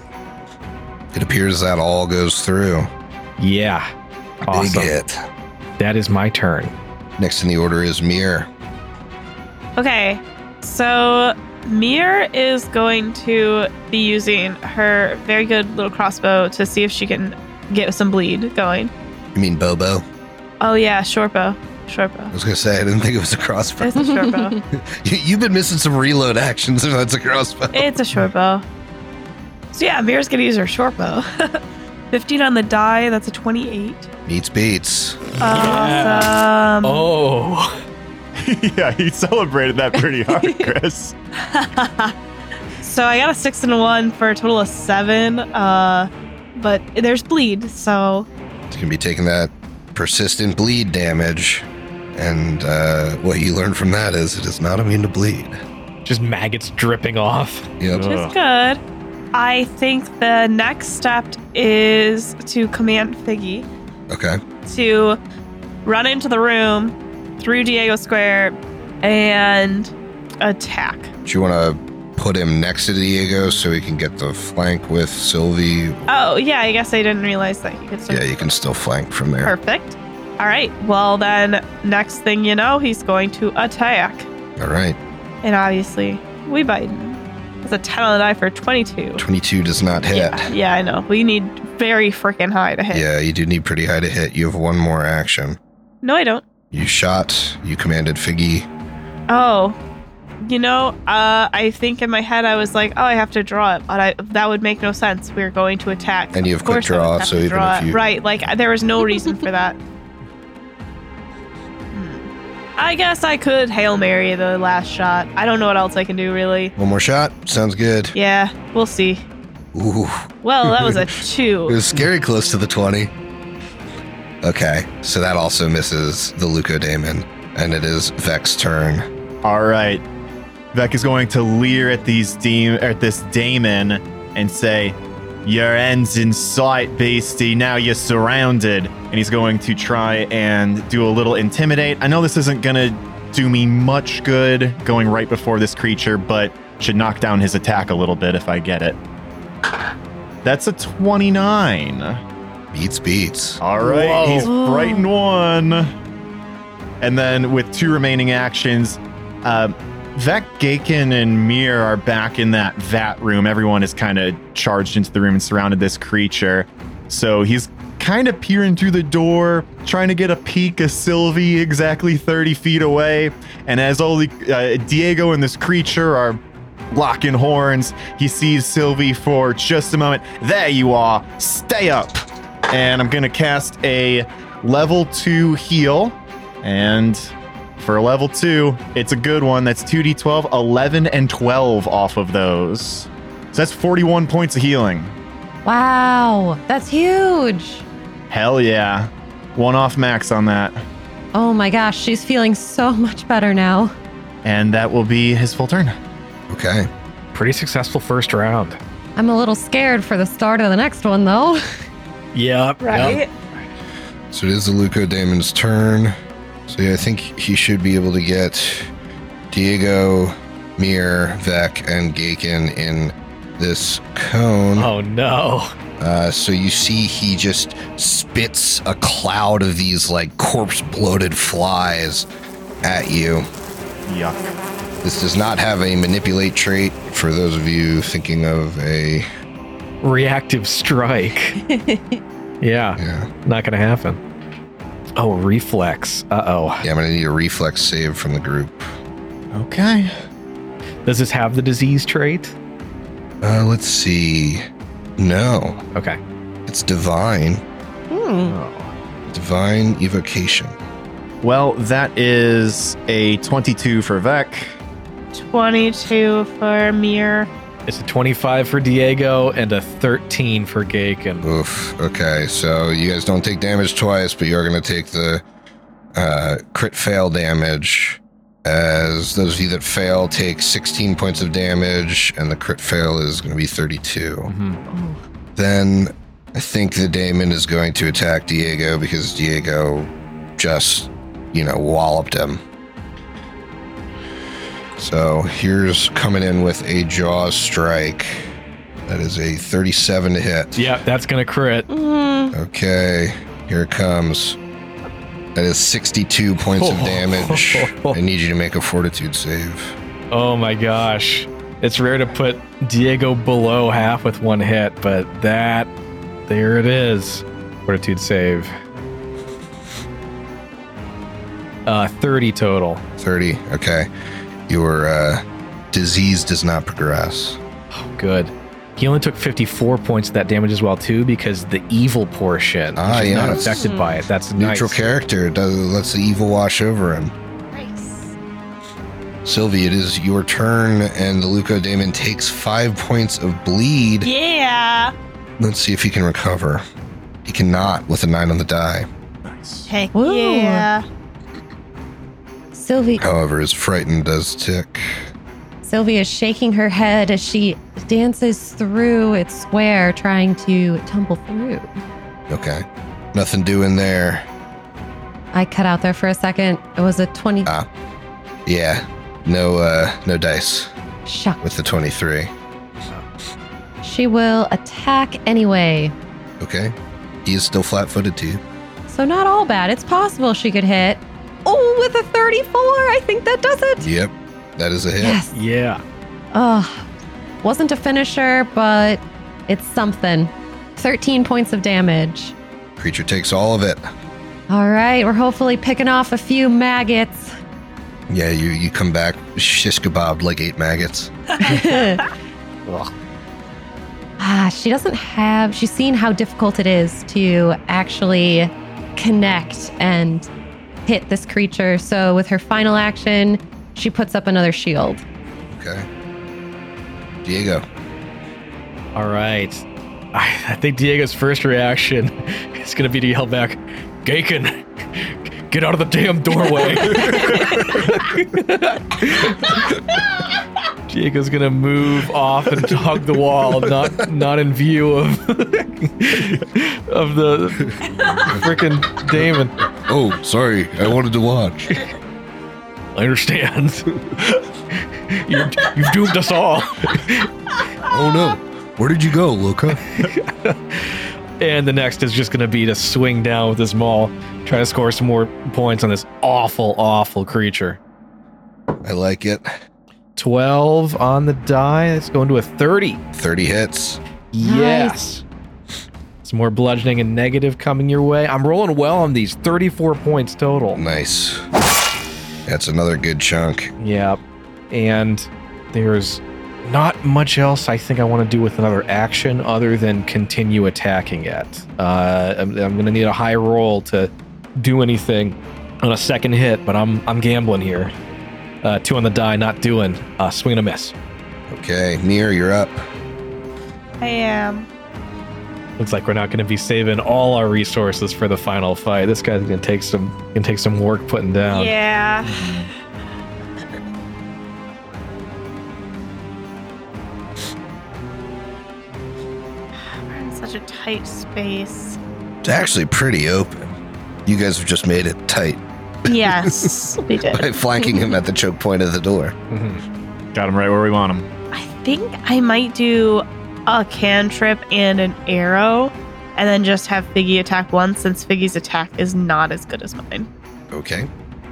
B: It appears that all goes through.
F: Yeah. Awesome.
B: Big hit.
F: That is my turn.
B: Next in the order is Mir.
D: Okay, so Mir is going to be using her very good little crossbow to see if she can get some bleed going.
B: You mean Bobo?
D: Oh yeah, short bow, short
B: I
D: bow.
B: was gonna say I didn't think it was a crossbow.
D: It's a short bow.
B: You, you've been missing some reload actions if that's a crossbow.
D: It's a short bow. So yeah, Mira's gonna use her short bow. 15 on the die, that's a 28.
B: Beats beats.
D: Awesome.
F: Oh.
C: yeah, he celebrated that pretty hard, Chris.
D: so I got a six and a one for a total of seven. Uh, but there's bleed, so
B: It's gonna be taking that persistent bleed damage. And uh, what you learn from that is it is not immune to bleed.
F: Just maggots dripping off.
B: Yep.
D: which
C: Ugh.
D: is good. I think the next step is to command Figgy
B: Okay.
D: to run into the room through Diego Square and attack.
B: Do you want to put him next to Diego so he can get the flank with Sylvie?
D: Oh yeah, I guess I didn't realize that you could. still-
B: Yeah, you can still flank from there.
D: Perfect. All right. Well then, next thing you know, he's going to attack,
B: All right.
D: and obviously we bite. It's a ten on the die for twenty-two.
B: 22 does not hit.
D: Yeah, yeah, I know. We need very freaking high to hit.
B: Yeah, you do need pretty high to hit. You have one more action.
D: No, I don't.
B: You shot, you commanded Figgy.
D: Oh, you know, uh, I think in my head I was like, oh, I have to draw it, but I, that would make no sense. We're going to attack.
B: And you have
D: Of
B: quick
D: course I would
B: draw,
D: have
B: so
D: to
B: even
D: draw
B: if
D: it.
B: you-
D: right, like uh, there was no reason for that. Hmm. I guess I could hail mary the last shot. I don't know what else I can do really.
B: One more shot. Sounds good.
D: Yeah, we'll see.
B: Ooh,
D: Well, that was a
B: it
D: two.
B: was scary close to the 20. Okay, so that also misses the Leucodaemon, and it is Vex's turn.
C: All right. Vec is going to leer at these de- at this daemon and say, "Your end's in sight, beastie. Now you're surrounded." And he's going to try and do a little intimidate. I know this isn't gonna do me much good going right before this creature, but should knock down his attack a little bit if I get it. That's a 29.
B: Beats beats.
C: All right,
F: Whoa.
C: he's
D: Ooh.
C: frightened one. And then with two remaining actions, uh, Vec, Gaken, and Mir are back in that vat room. Everyone is kind of charged into the room and surrounded this creature. So he's kind of peering through the door, trying to get a peek of Sylvie exactly 30 feet away. And as only uh, Diego and this creature are locking horns, he sees Sylvie for just a moment. There you are. Stay up and I'm gonna cast a level two heal. And for a level two, it's a good one. That's 2d12, 11, and 12 off of those. So that's 41 points of healing.
E: Wow. That's huge.
C: Hell yeah. One off max on that.
E: Oh my gosh, she's feeling so much better now.
C: And that will be his full turn.
B: Okay.
F: Pretty successful first round.
E: I'm a little scared for the start of the next one, though.
F: Yep.
D: Right?
B: So it is the Luco Damon's turn. So yeah, I think he should be able to get Diego, Mir, Vec, and Gaken in this cone.
F: Oh no.
B: Uh, so you see he just spits a cloud of these like corpse bloated flies at you.
C: Yuck.
B: This does not have a manipulate trait for those of you thinking of a
F: Reactive strike. yeah,
B: yeah.
F: not gonna happen. Oh, reflex. Uh oh.
B: Yeah, I'm gonna need a reflex save from the group.
C: Okay.
F: Does this have the disease trait?
B: Uh, let's see. No,
F: Okay.
B: it's divine.
E: Hmm.
F: Oh.
B: Divine evocation.
C: Well, that is a 22 for Vec.
D: 22 for Mir.
F: It's a 25 for Diego and a 13 for Gaken.
B: Oof. Okay, so you guys don't take damage twice, but you're going to take the uh, crit fail damage. As those of you that fail take 16 points of damage, and the crit fail is going to be 32.
F: Mhm.
E: Oh.
B: Then I think the Daemon is going to attack Diego because Diego just, you know, walloped him. So here's coming in with a jaw strike. That is a 37 to hit.
F: Yep, that's gonna crit.
G: Mm,
B: Okay, here it comes. That is 62 points of damage. I need you to make a fortitude save.
F: Oh my gosh. It's rare to put Diego below half with one hit, but that there it is. Fortitude save. Uh 30 total.
B: 30. Okay. Your uh, disease does not progress.
F: Good. He only took 54 points of that damage as well too because the evil portion
B: Ah,
F: is not
B: yes.
F: affected by it. That's
B: Neutral
F: nice.
B: character does lets the evil wash over him.
G: nice.
B: Sylvie, it is your turn, and the Luco Damon takes five points of bleed.
D: Yeah.
B: Let's see if he can recover. He cannot with a nine on the die.
C: Nice.
D: Heck
E: Woo.
D: yeah.
E: Sylvie
B: However, his frightened does tick.
E: Sylvia is shaking her head as she dances through its square, trying to tumble through.
B: Okay. Nothing doing there.
E: I cut out there for a second. It was a 20
B: Ah. Yeah. No uh no dice
E: shock.
B: with the 23.
E: She will attack anyway.
B: Okay. He is still flat-footed to you.
E: So, not all bad. It's possible she could hit. Oh, with a 34, I think that does it.
B: Yep. That is a hit.
E: Yes.
F: Yeah.
E: Oh, wasn't a finisher, but it's something. 13 points of damage.
B: Creature takes all of it.
E: All right, we're hopefully picking off a few maggots.
B: Yeah, you, you come back shish kebabbed like eight maggots.
E: Ah, she doesn't have. She's seen how difficult it is to actually connect and hit this creature. So, with her final action, she puts up another shield.
B: Okay. Diego.
F: All right. I, I think Diego's first reaction is going to be to yell back, Gaken, get out of the damn doorway. Diego's going to move off and hug the wall, not not in view of of the freaking Damon.
B: Oh, sorry. I wanted to watch.
F: I understand. You're, you've doomed us all.
B: Oh no. Where did you go, Luca?
F: And the next is just going to be to swing down with his maul, try to score some more points on this awful, awful creature.
B: I like it.
F: 12 on the die. It's going to a 30.
B: 30 hits.
F: Yes. Some more bludgeoning and negative coming your way. I'm rolling well on these 34 points total.
B: Nice. That's another good chunk.
F: Yep. And there's not much else I think I want to do with another action other than continue attacking it. Uh, I'm, I'm going to need a high roll to do anything on a second hit, but I'm I'm gambling here. Uh, two on the die, not doing. Uh, swing and a miss.
B: Okay, Mir, you're up.
D: I am.
F: Looks like we're not going to be saving all our resources for the final fight. This guy's going to take some going to take some work putting down.
D: Yeah. We're in such a tight space.
B: It's actually pretty open. You guys have just made it tight
D: Yes, we did.
B: by flanking him at the choke point of the door.
F: Mhm.
C: Got him right where we want him.
D: I think I might do a cantrip and an arrow, and then just have Figgy attack once since Figgy's attack is not as good as mine.
B: Okay.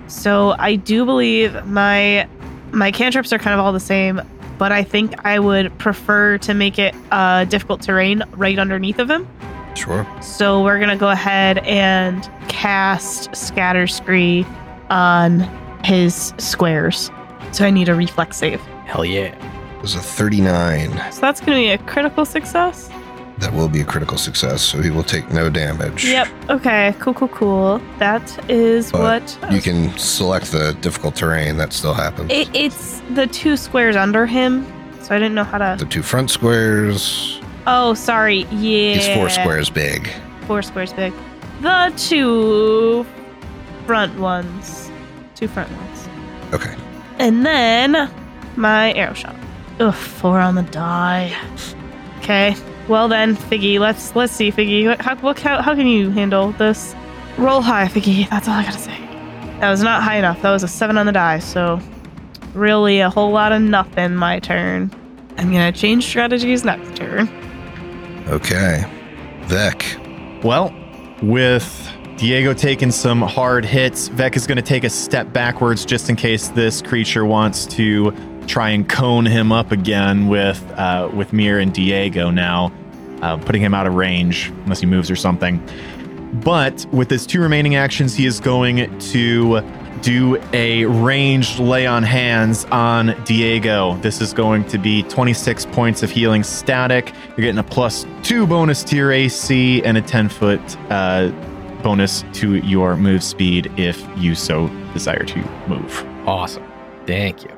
D: So I do believe my my cantrips are kind of all the same, but I think I would prefer to make it uh, difficult terrain right underneath of him.
B: Sure.
D: So we're gonna go ahead and cast Scatter Spree on his squares. So I need a reflex save.
F: Hell yeah.
B: It was a 39.
D: So that's gonna be a critical success.
B: That will be a critical success, so he will take no damage.
D: Yep. Okay. Cool. Cool. Cool. That is
B: But
D: what uh,
B: You can select the difficult terrain. That still happens.
D: it, it's. The two squares under him. So I didn't know how to.
B: the two front squares.
D: Oh, sorry. Yeah.
B: He's four squares big.
D: Four squares big. The two front ones. Two front ones.
B: Okay.
D: And then my arrow shot. Ugh, four on the die. Okay. Well then, Figgy, let's let's see, Figgy. What- How, what, how, how can you handle this? Roll high, Figgy. That's all I gotta say. That was not high enough. That was a seven on the die. So, really, a whole lot of nothing. My turn. I'm gonna change strategies next turn.
B: Okay. Vec.
C: Well, with Diego taking some hard hits, Vec is going to take a step backwards just in case this creature wants to try and cone him up again with uh, with Mir and Diego now, uh, putting him out of range unless he moves or something. But with his two remaining actions, he is going to do a ranged lay on hands on Diego. This is going to be 26 points of healing static. You're getting a plus two bonus to your AC and a 10 foot uh, bonus to your move speed if you so desire to move.
F: Awesome. Thank you.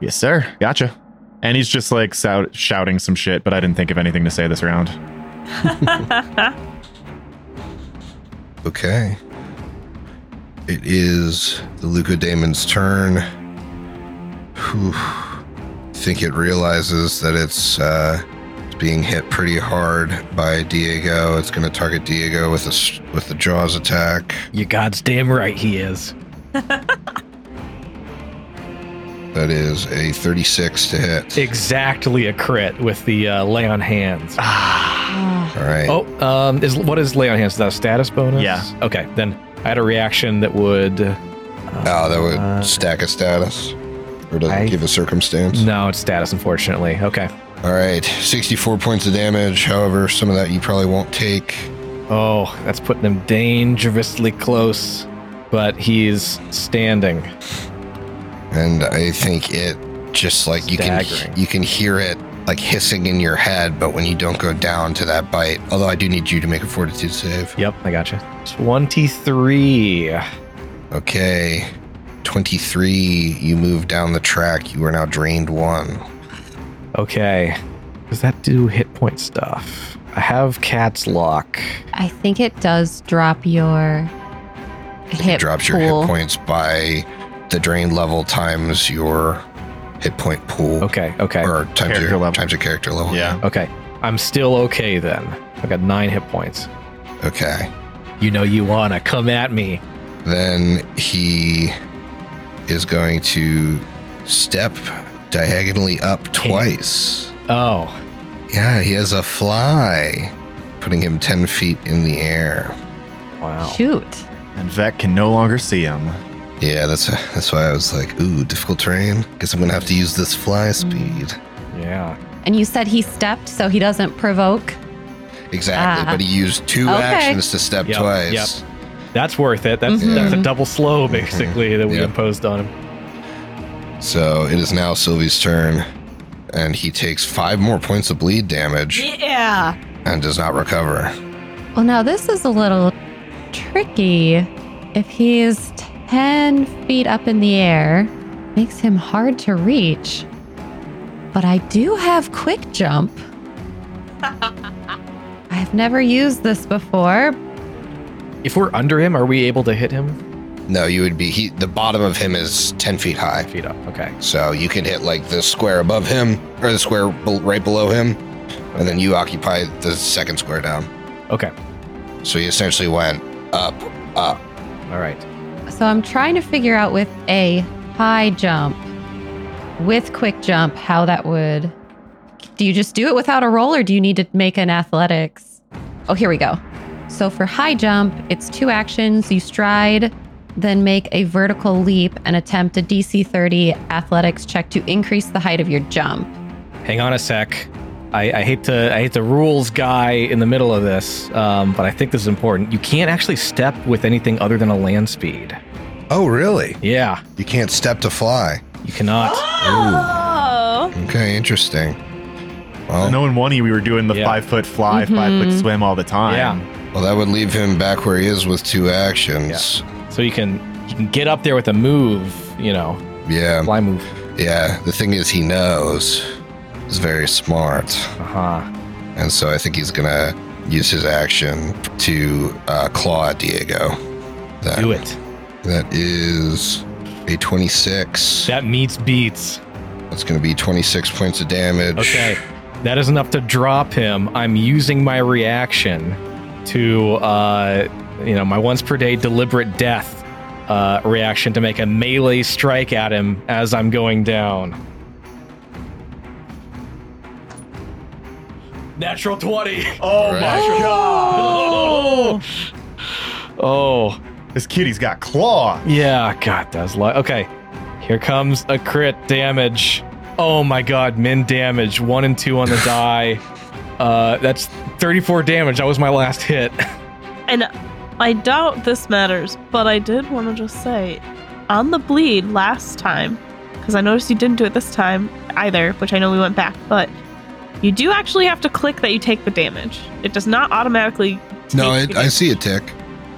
C: Yes, sir. Gotcha. And he's just like shout- shouting some shit, but I didn't think of anything to say this round.
B: Okay. It is the Luca Damon's turn. Whew. think it realizes that it's uh, it's being hit pretty hard by Diego. It's going to target Diego with a s with the jaws attack.
F: You god's damn right he is.
B: That is a 36 to hit.
F: Exactly a crit with the uh, lay on hands.
E: Ah,
B: All right.
F: Oh, um, is what is lay on hands? Is that a status bonus?
C: Yeah.
F: Okay, then I had a reaction that would. Uh,
B: Oh, that would
F: uh,
B: stack a status. Or does
F: I-
B: it give a circumstance?
F: No, it's status, unfortunately. Okay.
B: All right. 64 points of damage. However, some of that you probably won't take.
F: Oh, that's putting him dangerously close, but he's standing.
B: and I think it just like you
F: Staggering.
B: can you can hear it like hissing in your head, but when you don't go down to that bite, although I do need you to make a fortitude save.
F: Yep, I got you. 23.
B: Okay, twenty three. You move down the track. You are now drained one.
F: Okay. Does that do hit point stuff? I have cat's lock.
E: I think it does drop your hit
B: it drops
E: pool.
B: your hit points by the drain level times your hit point pool,
F: Okay, okay,
B: or times
C: Character
B: your
C: level.
B: times your character level.
F: okay. I'm still okay then. I got nine hit points.
B: Okay.
F: You know you wanna come at me.
B: Then he is going to step diagonally up twice.
F: Oh,
B: Yeah, he has a fly, putting him 10 feet in the air.
F: wow.
E: Shoot.
C: And Vec can no longer see him.
B: Yeah, that's that's why I was like, ooh, difficult terrain. Guess I'm gonna have to use this fly
F: Mm.
B: speed.
F: Yeah.
E: And you said he stepped, so he doesn't provoke.
B: Exactly,
E: Ah.
B: but he used two
E: Okay.
B: actions to step
F: Yep,
B: twice.
F: That's worth it. That's
E: Mhm.
F: that's a double slow basically that we
B: Yeah.
F: imposed on him.
B: So it is now Sylvie's turn, and he takes five more points of bleed damage
D: yeah.
B: and does not recover.
E: Well, now this is a little tricky. If he's 10 feet up in the air, makes him hard to reach. But I do have quick jump. I've never used this before.
F: If we're under him, are we able to hit him?
B: No, you would be he the bottom of him is ten feet high.
F: Feet up. Okay.
B: So you can hit like the square above him or the square bel right below him, and then you occupy the second square down.
F: Okay.
B: So he essentially went up, up.
F: All right.
E: So I'm trying to figure out with a high jump, with quick jump, how that would. Do you just do it without a roll or do you need to make an athletics? Oh, here we go. So for high jump, it's two actions. You stride, then make a vertical leap and attempt a DC 30 athletics check to increase the height of your jump.
F: Hang on a sec. I, I hate to I hate the rules guy in the middle of this, um, but I think this is important. You can't actually step with anything other than a land speed.
B: Oh, really?
F: Yeah,
B: You can't step to fly.
F: you cannot.
D: Oh.
B: Okay, interesting. Well,
C: No, in one E, we were doing the
F: Yeah. Mm-hmm.
C: five foot fly, five foot
E: Mhm.
C: swim all the time.
F: Yeah.
B: well, that would leave him back where he is with two actions.
F: So you can you can get up there with a move, you know,
B: Yeah,
F: fly move.
B: yeah. The thing is, he knows. He's very smart,
F: Uh huh.
B: and so I think he's gonna use his action to uh, claw at Diego. Then.
F: Do it.
B: That is a 26.
F: That meets beats.
B: That's going to be 26 points of damage.
F: Okay. That is enough to drop him. I'm using my reaction to, uh, you know, my once per day deliberate death uh, reaction to make a melee strike at him as I'm going down. Natural 20. Oh
B: Right.
F: my god. Oh.
C: This kitty's got claw.
F: Yeah, God, that was luck. Okay, here comes a crit damage. Oh my God, min damage. One and two on the die. Uh, that's 34 damage. That was my last hit.
D: And I doubt this matters, but I did want to just say on the bleed last time, because I noticed you didn't do it this time either, which I know we went back, but you do actually have to click that you take the damage. It does not automatically.
B: No,
D: take
B: I,
D: the
B: I see a tick.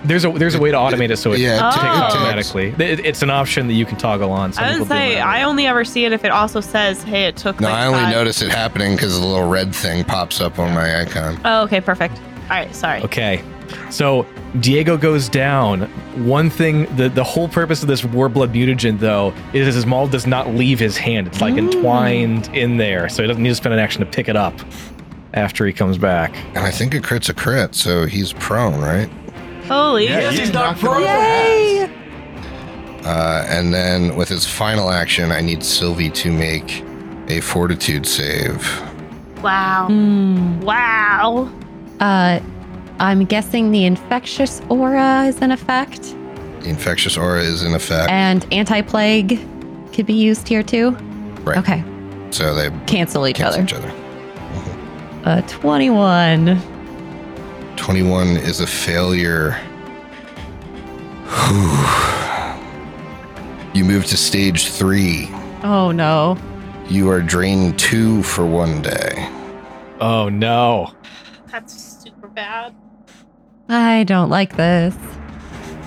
F: There's a there's a way to automate it so it
B: Yeah,
D: Oh.
B: tick,
F: takes
D: it
B: ticks.
F: automatically. It- it's an option that you can toggle on. Some
D: I didn't
F: people do
D: say.
F: that.
D: I only ever see it if it also says, "Hey, it took."
B: No,
D: like,
B: I only
D: five-
B: notice it happening because the little red thing pops up on my icon.
D: Oh, okay, perfect. All right, sorry.
F: Okay. So Diego goes down. One thing, the, the whole purpose of this Warblood mutagen, though, is his maul does not leave his hand. It's like
D: Mm.
F: entwined in there, so he doesn't need to spend an action to pick it up after he comes back.
B: And I think a crit's a crit, so he's prone, right?
D: Holy.
C: Yeah,
D: shit.
C: he's not pro.
B: Uh, and then with his final action, I need Sylvie to make a fortitude save.
D: Wow.
E: Hmm.
D: Wow.
E: Uh, I'm guessing the infectious aura is in effect,
B: The infectious aura is in effect,
D: Eh,
E: and anti plague could be used here too.
B: Right.
E: Okay.
B: so they
E: Cancel each
B: cancel
E: other.
B: each other.
E: Uh, 21.
B: 21 is a failure. Whew. you move to stage three.
E: Oh no.
B: You are drained two for one day.
F: Oh no!
D: That's super bad.
E: I don't like this.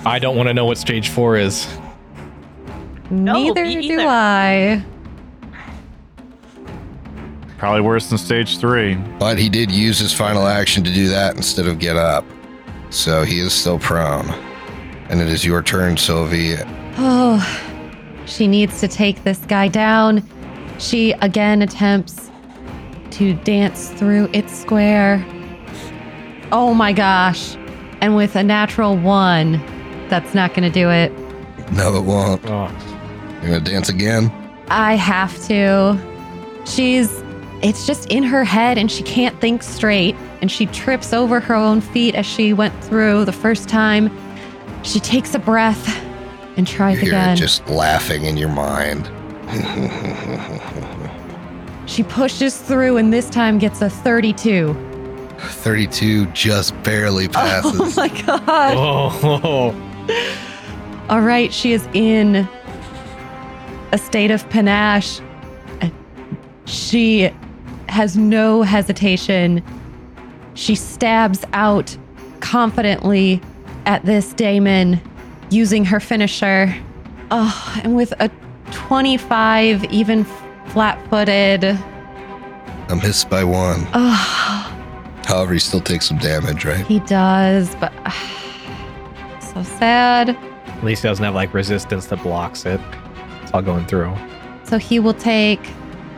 F: I don't want to know what stage four is.
E: Neither
D: me
E: do
D: either.
E: I.
C: Probably worse than stage three.
B: But he did use his final action to do that instead of get up. So he is still prone. And it is your turn, Sylvie.
E: Oh, she needs to take this guy down. She again attempts to dance through its square. Oh my gosh. And with a natural one, that's not going to do it.
B: No, it won't.
F: Oh,
B: You're going to dance again?
E: I have to. She's, it's just in her head and she can't think straight. And she trips over her own feet as she went through the first time. She takes a breath and tries
B: You hear
E: again.
B: it just laughing in your mind.
E: She pushes through and this time gets a 32.
B: 32 just barely
E: Oh
B: passes.
E: my god.
F: oh, oh.
E: All right, she is in a state of panache. She has no hesitation. She stabs out confidently at this Damon using her finisher. Oh, and with a 25, even flat footed.
B: I missed by one.
E: Oh,
B: However, he still takes some damage, right?
E: He does, but ah, so sad.
F: At least he doesn't have like resistance that blocks it. It's all going through.
E: So he will take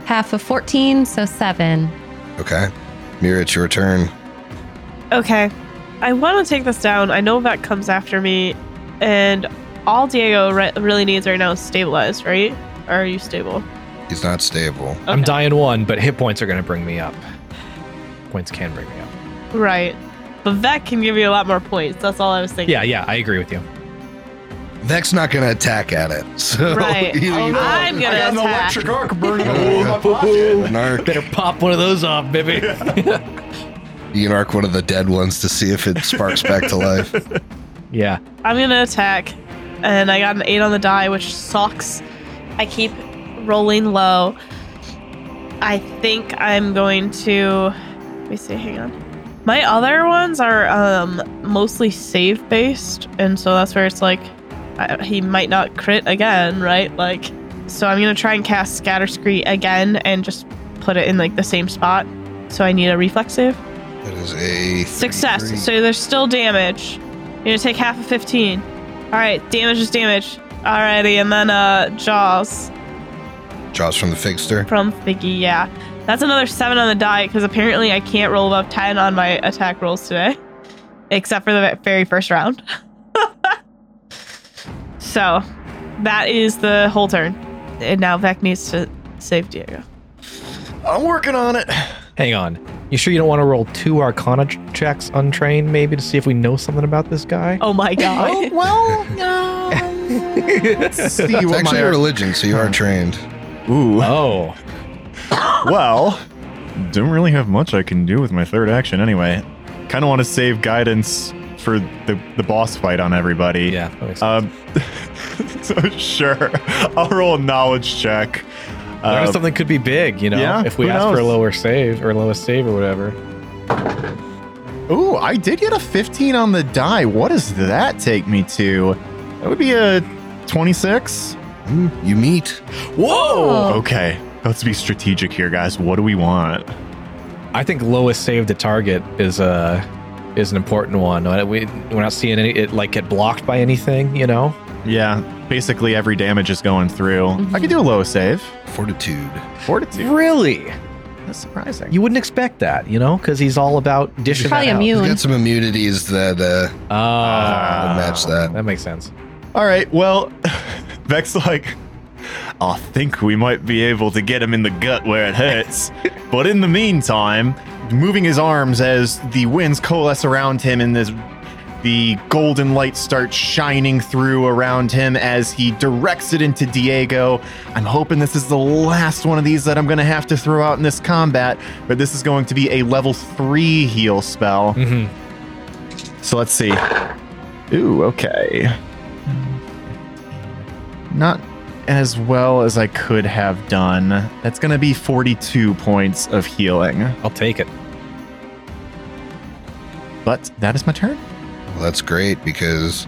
E: half of 14, so seven.
B: Okay. Mira, it's your turn.
D: Okay. I want to take this down. I know that comes after me, and all Diego re- really needs right now is stabilized, right? Or are you stable?
B: He's not stable.
F: I'm
D: Okay.
F: dying one, but hit points are going to bring me up. Points can bring me up.
D: Right. But that can give you a lot more points. That's all I was thinking.
F: Yeah, yeah, I agree with you.
B: Vec's not going to attack at it. So
D: Right. Oh,
B: you- you-
D: I'm gonna attack.
C: arc burning
B: a hole in my
C: pocket.
B: Narc.
F: Better pop one of those off, baby.
B: You can arc one of the dead ones to see if it sparks back to life.
F: yeah.
D: I'm gonna attack, and I got an eight on the die, which sucks. I keep rolling low. I think I'm going to. Let me see. Hang on. My other ones are um, mostly save based, and so that's where it's like I, he might not crit again, right? Like, so I'm gonna try and cast Scatter Scree again and just put it in like the same spot. So I need a reflex save.
B: That is a
D: Success.
B: 33.
D: So there's still damage. You're gonna take half of 15. All right, damage is damage. Alrighty, and then uh, jaws
B: Draws from the figster.
D: from Figgy. Yeah, That's another seven on the die because apparently I can't roll above ten on my attack rolls today, except for the very first round. so, that is the whole turn, and now Vec needs to save Diego.
C: I'm working on it.
F: Hang on. You sure you don't want to roll two Arcana ch- checks untrained, maybe, to see if we know something about this guy?
D: Oh my god!
C: well, no. Let's see
B: It's
C: what
B: actually
C: my
B: a religion, so you are trained.
C: ooh.
F: Oh.
C: uh, well, don't really have much I can do with my third action anyway. Kind of want to save guidance for the, the boss fight on everybody.
F: Yeah. that makes
C: Um,
F: sense.
C: so sure, I'll roll a knowledge check.
F: Learn
C: Uh,
F: something could be big, you know,
C: yeah,
F: if we
C: who
F: ask for a
C: knows?
F: lower save or lowest save or whatever.
C: ooh, I did get a 15 on the die. What does that take me to? That would be a 26.
B: Hmm, You meet.
E: Whoa!
C: Okay, let's be strategic here, guys. What do we want?
F: I think lowest save to target is a is an important one. Uh, We we're not seeing any it like get blocked by anything, you know.
C: Yeah, basically every damage is going through. I could do a low save.
B: Fortitude.
C: Fortitude.
F: Really,
C: That's surprising.
F: you wouldn't expect that, you know, because he's all about dishing.
E: Probably
F: that out.
B: He's
E: immune.
B: got some immunities that uh,
F: Oh,
C: Ah.
B: match that.
F: that makes sense.
C: All right. Well, Vex like, I think we might be able to get him in the gut where it hurts. but in the meantime, moving his arms as the winds coalesce around him and this the golden light starts shining through around him as he directs it into Diego. I'm hoping this is the last one of these that I'm going to have to throw out in this combat, but this is going to be a level 3 heal spell.
F: Mm-hmm.
C: So let's see. Ooh, okay. Not as well as I could have done. That's going to be 42 points of healing.
F: I'll take it.
C: But that is my turn.
B: Well, that's great because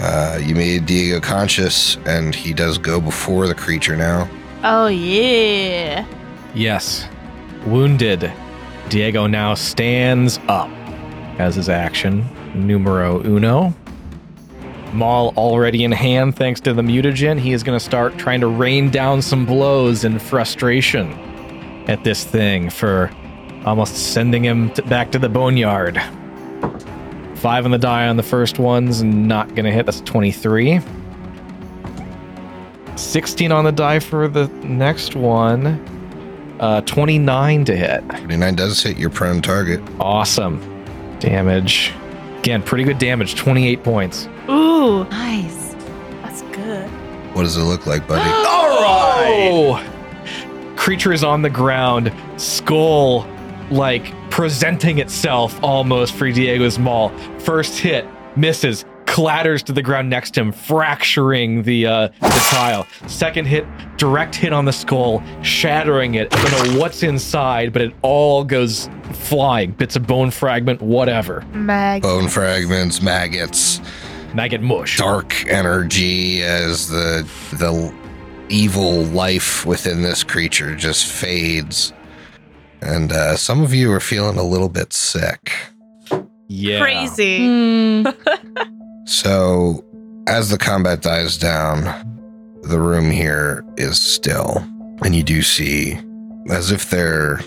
B: uh, you made Diego conscious, and he does go before the creature now.
D: Oh yeah!
F: Yes. Wounded. Diego now stands up as his action. Numero uno. Maul already in hand thanks to the mutagen. He is going to start trying to rain down some blows in frustration at this thing for almost sending him t back to the boneyard. Five on the die on the first one's not going to hit. That's 23. 16 on the die for the next one. Uh, 29 to hit.
B: 29 does hit your prone target.
F: Awesome. Damage. Again, pretty good damage. 28 points.
D: Ooh,
E: Nice.
D: that's good.
B: What does it look like, buddy?
F: Oh! Creature is on the ground, skull like presenting itself almost for Diego's maul. First hit, misses, clatters to the ground next to him, fracturing the uh, the tile. Second hit, direct hit on the skull, shattering it. I don't know what's inside, but it all goes flying. Bits of bone fragment, whatever.
D: Mag.
B: Bone fragments, maggots,
F: And I get mush.
B: dark energy as the the evil life within this creature just fades. And uh, some of you are feeling a little bit sick.
F: Yeah.
D: Crazy.
E: Mm.
B: So, as the combat dies down, the room here is still. And you do see, as if they're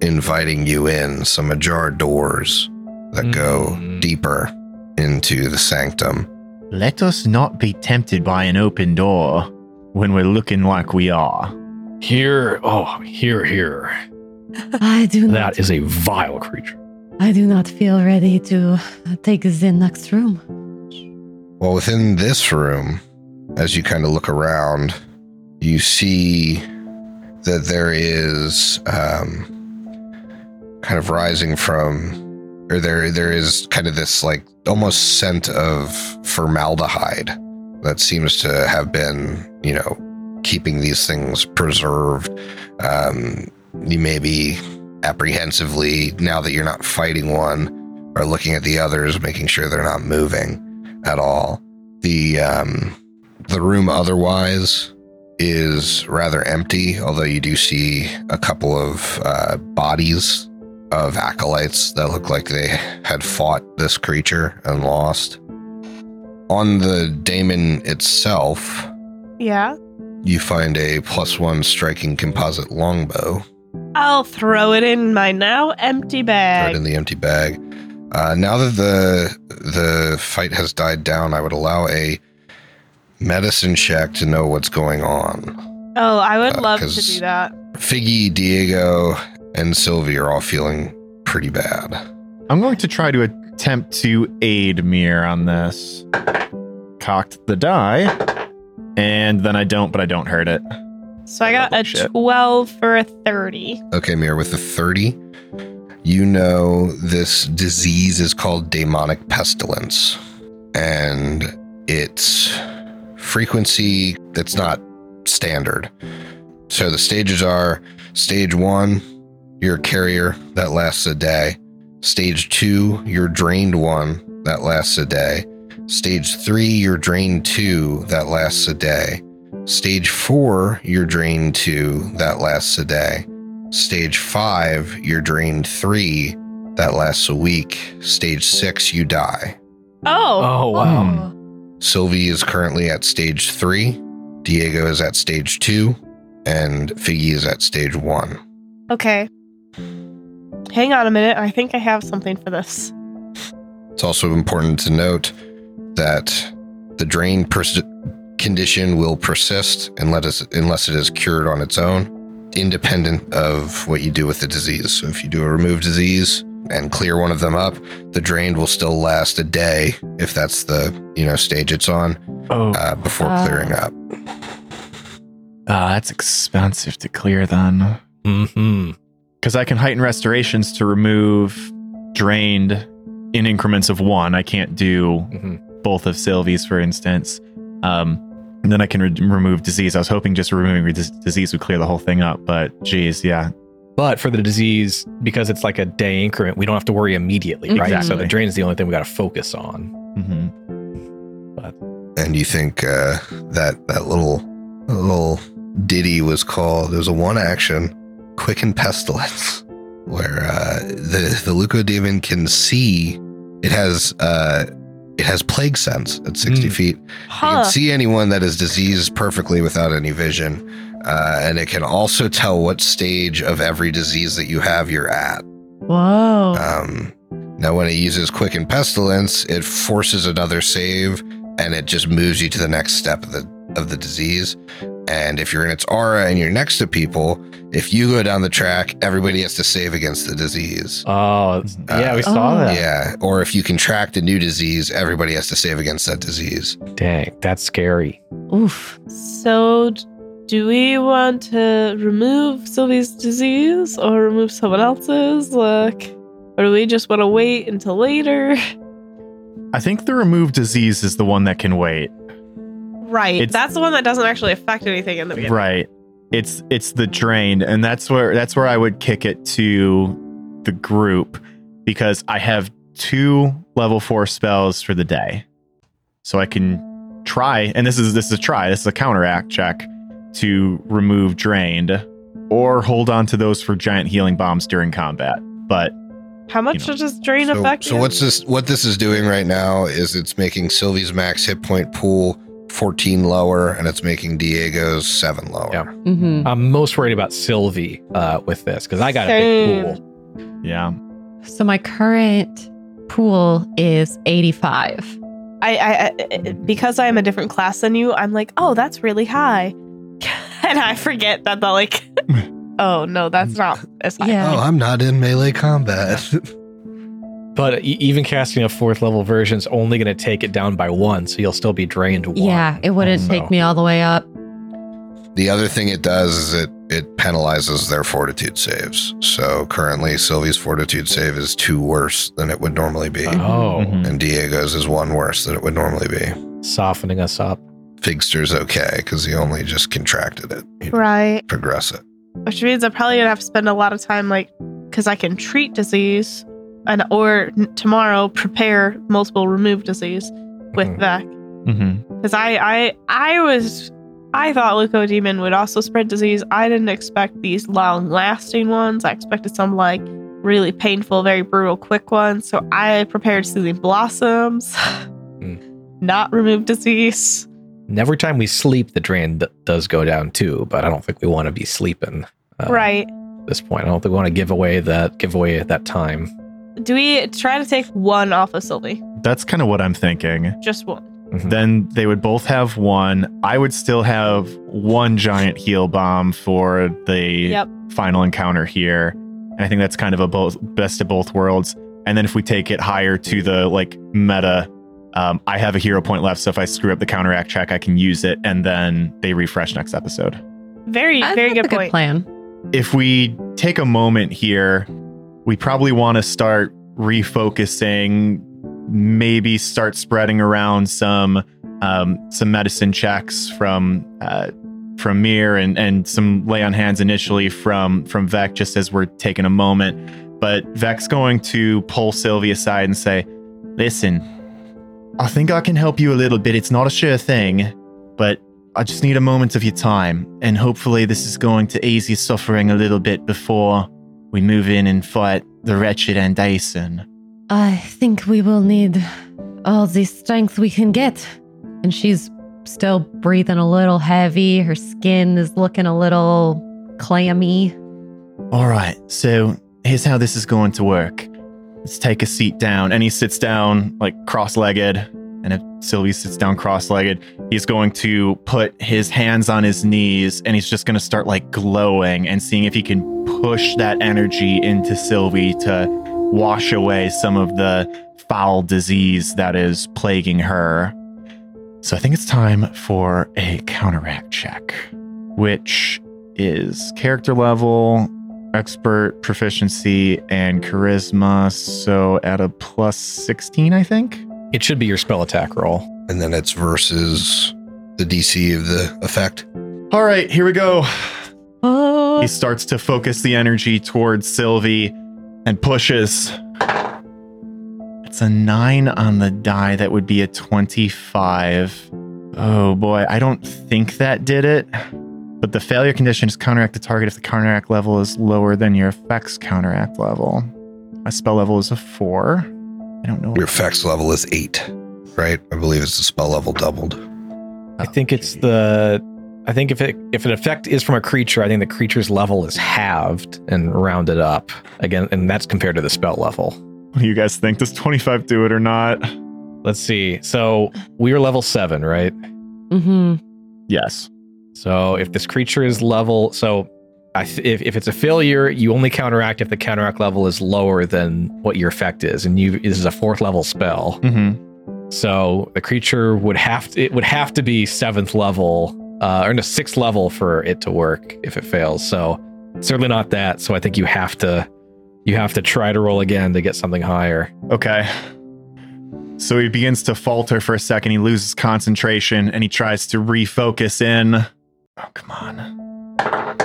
B: inviting you in, some ajar doors that go
F: Mm.
B: deeper into the sanctum.
C: Let us not be tempted by an open door when we're looking like we are.
F: Here, oh, here, here.
E: I do not.
F: That is a vile creature.
E: I do not feel ready to uh, take the next room.
B: Well, within this room, as you kind of look around, you see that there is um, kind of rising from, or there there is kind of this like almost scent of formaldehyde that seems to have been, you know, keeping these things preserved. Um, you may be apprehensively now that you're not fighting one or looking at the others, making sure they're not moving at all. The um, the room otherwise is rather empty, although you do see a couple of uh, bodies of acolytes that look like they had fought this creature and lost. On the daemon itself,
D: Yeah.
B: you find a plus one striking composite longbow
D: I'll throw it in my now empty
B: Throw it in
D: bag.
B: the empty bag. Uh, now that the the fight has died down, I would allow a medicine check to know what's going on.
D: Oh, I would
B: Uh,
D: love to
B: 'cause-
D: do that.
B: Figgy, Diego, and Sylvie are all feeling pretty bad.
C: I'm going to try to attempt to aid Mir on this. Cocked the die, and then I don't, but I don't hurt it.
D: So I got
C: Double
D: a
C: shit.
D: 12 for a 30.
B: Okay, Mir, with the 30, you know this disease is called demonic pestilence. And its frequency that's not standard. So the stages are stage one, you're a carrier that lasts a day. Stage two, you're drained one that lasts a day. Stage three, you're drained two that lasts a day. Stage four, you're drained two that lasts a day. Stage five, you're drained three. That lasts a week. Stage six, you die.
D: Oh,
F: Oh, wow.
C: Hmm.
B: Sylvie is currently at stage three. Diego is at stage two. And Figgy is at stage one.
D: okay. Hang on a minute. I think I have something for this.
B: It's also important to note that the drain pers- condition will persist unless, unless it is cured on its own, independent of what you do with the disease. So if you do a remove disease and clear one of them up, the drain will still last a day if that's the you know stage it's on
C: Oh,
B: uh, before
E: Ah.
B: clearing up.
C: Ah, that's expensive to clear then.
G: Mm-hmm.
C: Because I can heighten restorations to remove drained in increments of one. I can't do
F: Mhm.
C: both of Sylvie's, for instance. Um, and then I can re- remove disease. I was hoping just removing re- dis- disease would clear the whole thing up, but geez, yeah.
F: But for the disease, because it's like a day increment, we don't have to worry immediately, right?
E: Mm-hmm.
F: So
C: Exactly.
F: the drain is the only thing we got to focus on.
C: hmm
B: And you think uh, that that little that little ditty was called? It was a one action, quicken pestilence, where uh, the the leucodemon can see. It has uh, it has plague sense at sixty
G: Mm.
B: feet. It
D: Huh.
B: can see anyone that is diseased perfectly without any vision, uh, and it can also tell what stage of every disease that you have you're at.
E: Whoa.
B: Um, now, when it uses Quicken Pestilence, it forces another save, and it just moves you to the next step of the of the disease. And if you're in its aura and you're next to people, if you go down the track, everybody has to save against the disease.
F: Oh, it's- yeah, we saw
E: Oh.
F: that.
B: Yeah, or if you contract a new disease, everybody has to save against that disease.
F: Dang, that's scary.
E: Oof.
D: So, d- do we want to remove Sylvie's disease or remove someone else's? Like, or do we just want to wait until later?
C: I think the remove disease is the one that can wait.
D: Right.
C: It's-
D: That's the one that doesn't actually affect anything in the beginning.
C: Right. It's it's the drain, and that's where that's where I would kick it to the group because I have two level four spells for the day, so I can try. And this is this is a try. This is a counteract check to remove drained, or hold on to those for giant healing bombs during combat. But
D: How much
C: know.
D: does drain
B: So,
D: affect?
B: so
D: you?
B: what's this? What this is doing right now is it's making Sylvie's max hit point pool 14 lower, and it's making Diego's seven lower.
F: Yeah.
E: Mm-hmm.
F: I'm most worried about Sylvie uh, with this because I got a
D: Same.
F: big pool.
C: yeah,
E: So my current pool is 85.
D: I, I, I because I am a different class than you, I'm like, oh, that's really high, and I forget that the like, oh no, that's not as high.
E: Yeah.
B: Oh, I'm not in melee combat.
F: But e- even casting a fourth level version is only going to take it down by one, so you'll still be drained one.
E: Yeah, it wouldn't
F: also.
E: take me all the way up.
B: the other thing it does is it it penalizes their fortitude saves. So currently, Sylvie's fortitude save is two worse than it would normally be,
F: Oh,
C: Mhm.
B: and Diego's is one worse than it would normally be.
F: softening us up.
B: Figster's okay because he only just contracted it. He didn't
D: Right,
B: progress it.
D: which means I'm probably gonna have to spend a lot of time like, because I can treat disease, and or n- tomorrow prepare multiple remove disease with
F: Mhm.
D: that.
C: Mhm.
D: Because I, I, I was, I thought leukodemon would also spread disease. I didn't expect these long-lasting ones. I expected some like really painful, very brutal, quick ones. So I prepared soothing blossoms, not remove disease.
F: And every time we sleep, the drain d- does go down too, but I don't think we want to be sleeping. uh,
D: right.
F: this point. I don't think we want to give away that giveaway at that time.
D: Do we try to take one off of Sylvie?
C: That's kind of what I'm thinking.
D: Just one.
F: Mhm.
C: Then they would both have one. I would still have one giant heal bomb for the
D: Yep.
C: final encounter here. And I think that's kind of a both best of both worlds. And then if we take it higher to the like meta, um, I have a hero point left, so if I screw up the counteract check, I can use it, and then they refresh next episode.
D: Very,
E: I
D: very
E: think
D: good
E: that's a
D: point.
E: plan.
C: If we take a moment here, we probably want to start refocusing, maybe start spreading around some um, some medicine checks from uh, from Mir and and some lay on hands initially from from Vec just as we're taking a moment. But Vec's going to pull Sylvie aside and say, "Listen, I think I can help you a little bit. It's not a sure thing, but I just need a moment of your time, and hopefully this is going to ease your suffering a little bit before we move in and fight the wretched Andason.
E: I think we will need all the strength we can get. And she's still breathing a little heavy. Her skin is looking a little clammy.
C: All right, so here's how this is going to work. Let's take a seat down. And he sits down, like cross legged. And if Sylvie sits down cross legged, he's going to put his hands on his knees and he's just going to start like glowing and seeing if he can push that energy into Sylvie to wash away some of the foul disease that is plaguing her. So I think it's time for a counteract check, which is character level, expert proficiency, and charisma. So at a plus 16, I think.
F: It should be your spell attack roll.
B: And then it's versus the DC of the effect.
C: All right, here we go.
E: Oh,
C: He starts to focus the energy towards Sylvie and pushes. It's a nine on the die. That would be a 25. Oh boy, I don't think that did it. But the failure condition is counteract the target if the counteract level is lower than your effects counteract level. My spell level is a four. I don't know.
B: Your effects level is eight, right? I believe it's the spell level doubled.
F: I think it's the. I think if it if an effect is from a creature, I think the creature's level is halved and rounded up again, and that's compared to the spell level.
C: What do you guys think? Does 25 do it or not?
F: Let's see. So we are level seven, right?
E: hmm
C: Yes.
F: So if this creature is level, so I th- if, if it's a failure, you only counteract if the counteract level is lower than what your effect is, and you this is a fourth level spell.
C: Mm-hmm.
F: So the creature would have to, it would have to be seventh level uh, or no sixth level for it to work if it fails. So certainly not that. So I think you have to you have to try to roll again to get something higher.
C: Okay. So he begins to falter for a second. He loses concentration and he tries to refocus in. Oh, come on.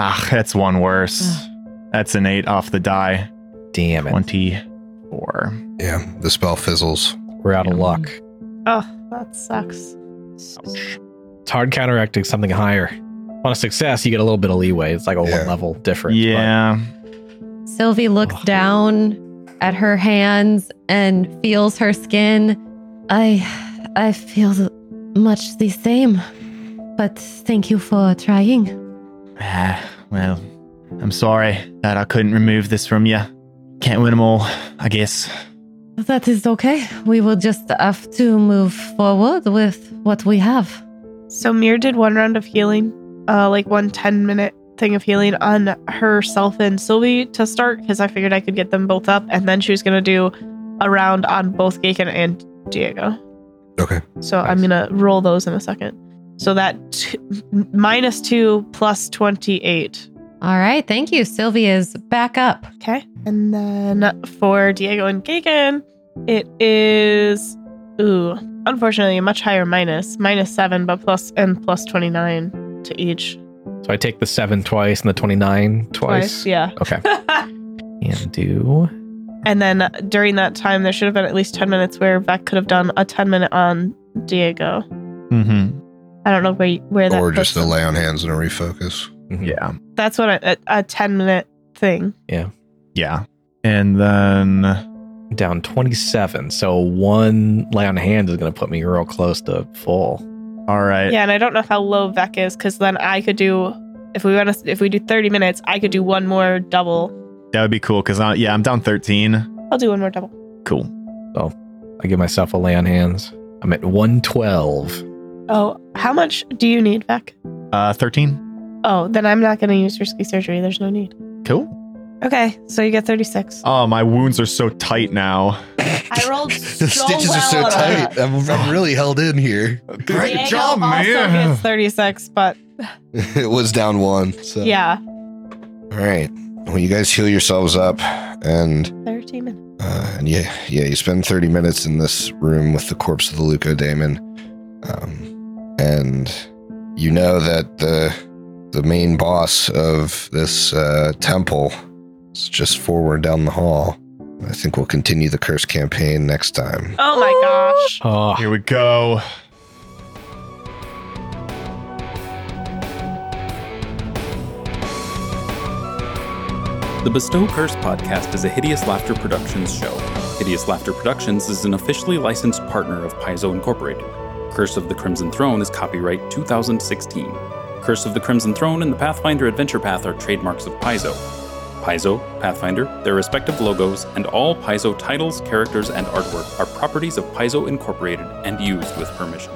C: Ah, that's one worse. That's an eight off the die.
F: Damn it,
C: 24.
B: Yeah, the spell fizzles.
F: we're out of luck.
D: Oh, that sucks.
F: It's hard counteracting something higher. On a success, you get a little bit of leeway. It's like a
B: Yeah.
F: one level difference. but-
C: Yeah.
E: Sylvie looks
F: Oh.
E: down at her hands and feels her skin. I I feel much the same. But thank you for trying.
C: Ah, well, I'm sorry that I couldn't remove this from you. Can't win them all, I guess.
E: That is okay. We will just have to move forward with what we have.
D: So Mir did one round of healing, uh, like one 10 minute thing of healing on herself and Sylvie to start because I figured I could get them both up, and then she was gonna do a round on both Gaken and Diego.
B: Okay.
D: So I'm
F: Nice.
D: gonna roll those in a second. So that t- m- minus two plus 28.
E: All right, thank you. Sylvie is back up.
D: Okay, and then for Diego and Gaken, it is ooh, unfortunately a much higher minus, minus seven, but plus and plus 29 to each.
F: So I take the seven twice and the twenty nine twice.
D: Twice, yeah.
F: Okay. And do
D: and then during that time, there should have been at least 10 minutes where Vec could have done a 10 minute on Diego.
C: Mm-hmm.
D: I don't know where, where that
B: Or just
D: puts
B: the
D: them.
B: lay on hands and a refocus.
C: Yeah.
D: That's what I- a, a 10 minute thing.
C: Yeah. And then.
F: down twenty seven. So one lay on hand is going to put me real close to full.
C: All right.
D: Yeah, and I don't know how low Vec is because then I could do, If we want to, if we do 30 minutes, I could do one more double.
C: That would be cool because I yeah, I'm down 13.
D: I'll do one more double.
C: Cool.
F: I give myself a lay on hands. I'm at 112.
D: Oh, how much do you need, Beck?
C: Uh 13.
D: Oh, then I'm not going to use risky surgery. There's no need.
C: Cool.
D: Okay, so you get 36.
C: Oh, my wounds are so tight now.
D: I rolled so
B: The stitches are so
D: well on that.
B: tight. I'm, I'm really held in here.
C: Great
D: Diego
C: job,
D: also
C: man.
D: gets 36, but
B: it was down one. So.
D: yeah,
B: All right. Well, you guys heal yourselves up, and
D: 30 minutes.
B: uh, and yeah, yeah, you spend thirty minutes in this room with the corpse of the Luco Daemon, um, and you know that the the main boss of this uh, temple is just forward down the hall. I think we'll continue the curse campaign next time.
D: Oh my gosh.
F: Oh,
C: Here we go.
A: The Bestow Curse podcast is a Hideous Laughter Productions show. Hideous Laughter Productions is an officially licensed partner of Paizo Incorporated. Curse of the Crimson Throne is copyright 2016. Curse of the Crimson Throne and the Pathfinder Adventure Path are trademarks of Paizo. Paizo, Pathfinder, their respective logos, and all Paizo titles, characters, and artwork are properties of Paizo Incorporated and used with permission.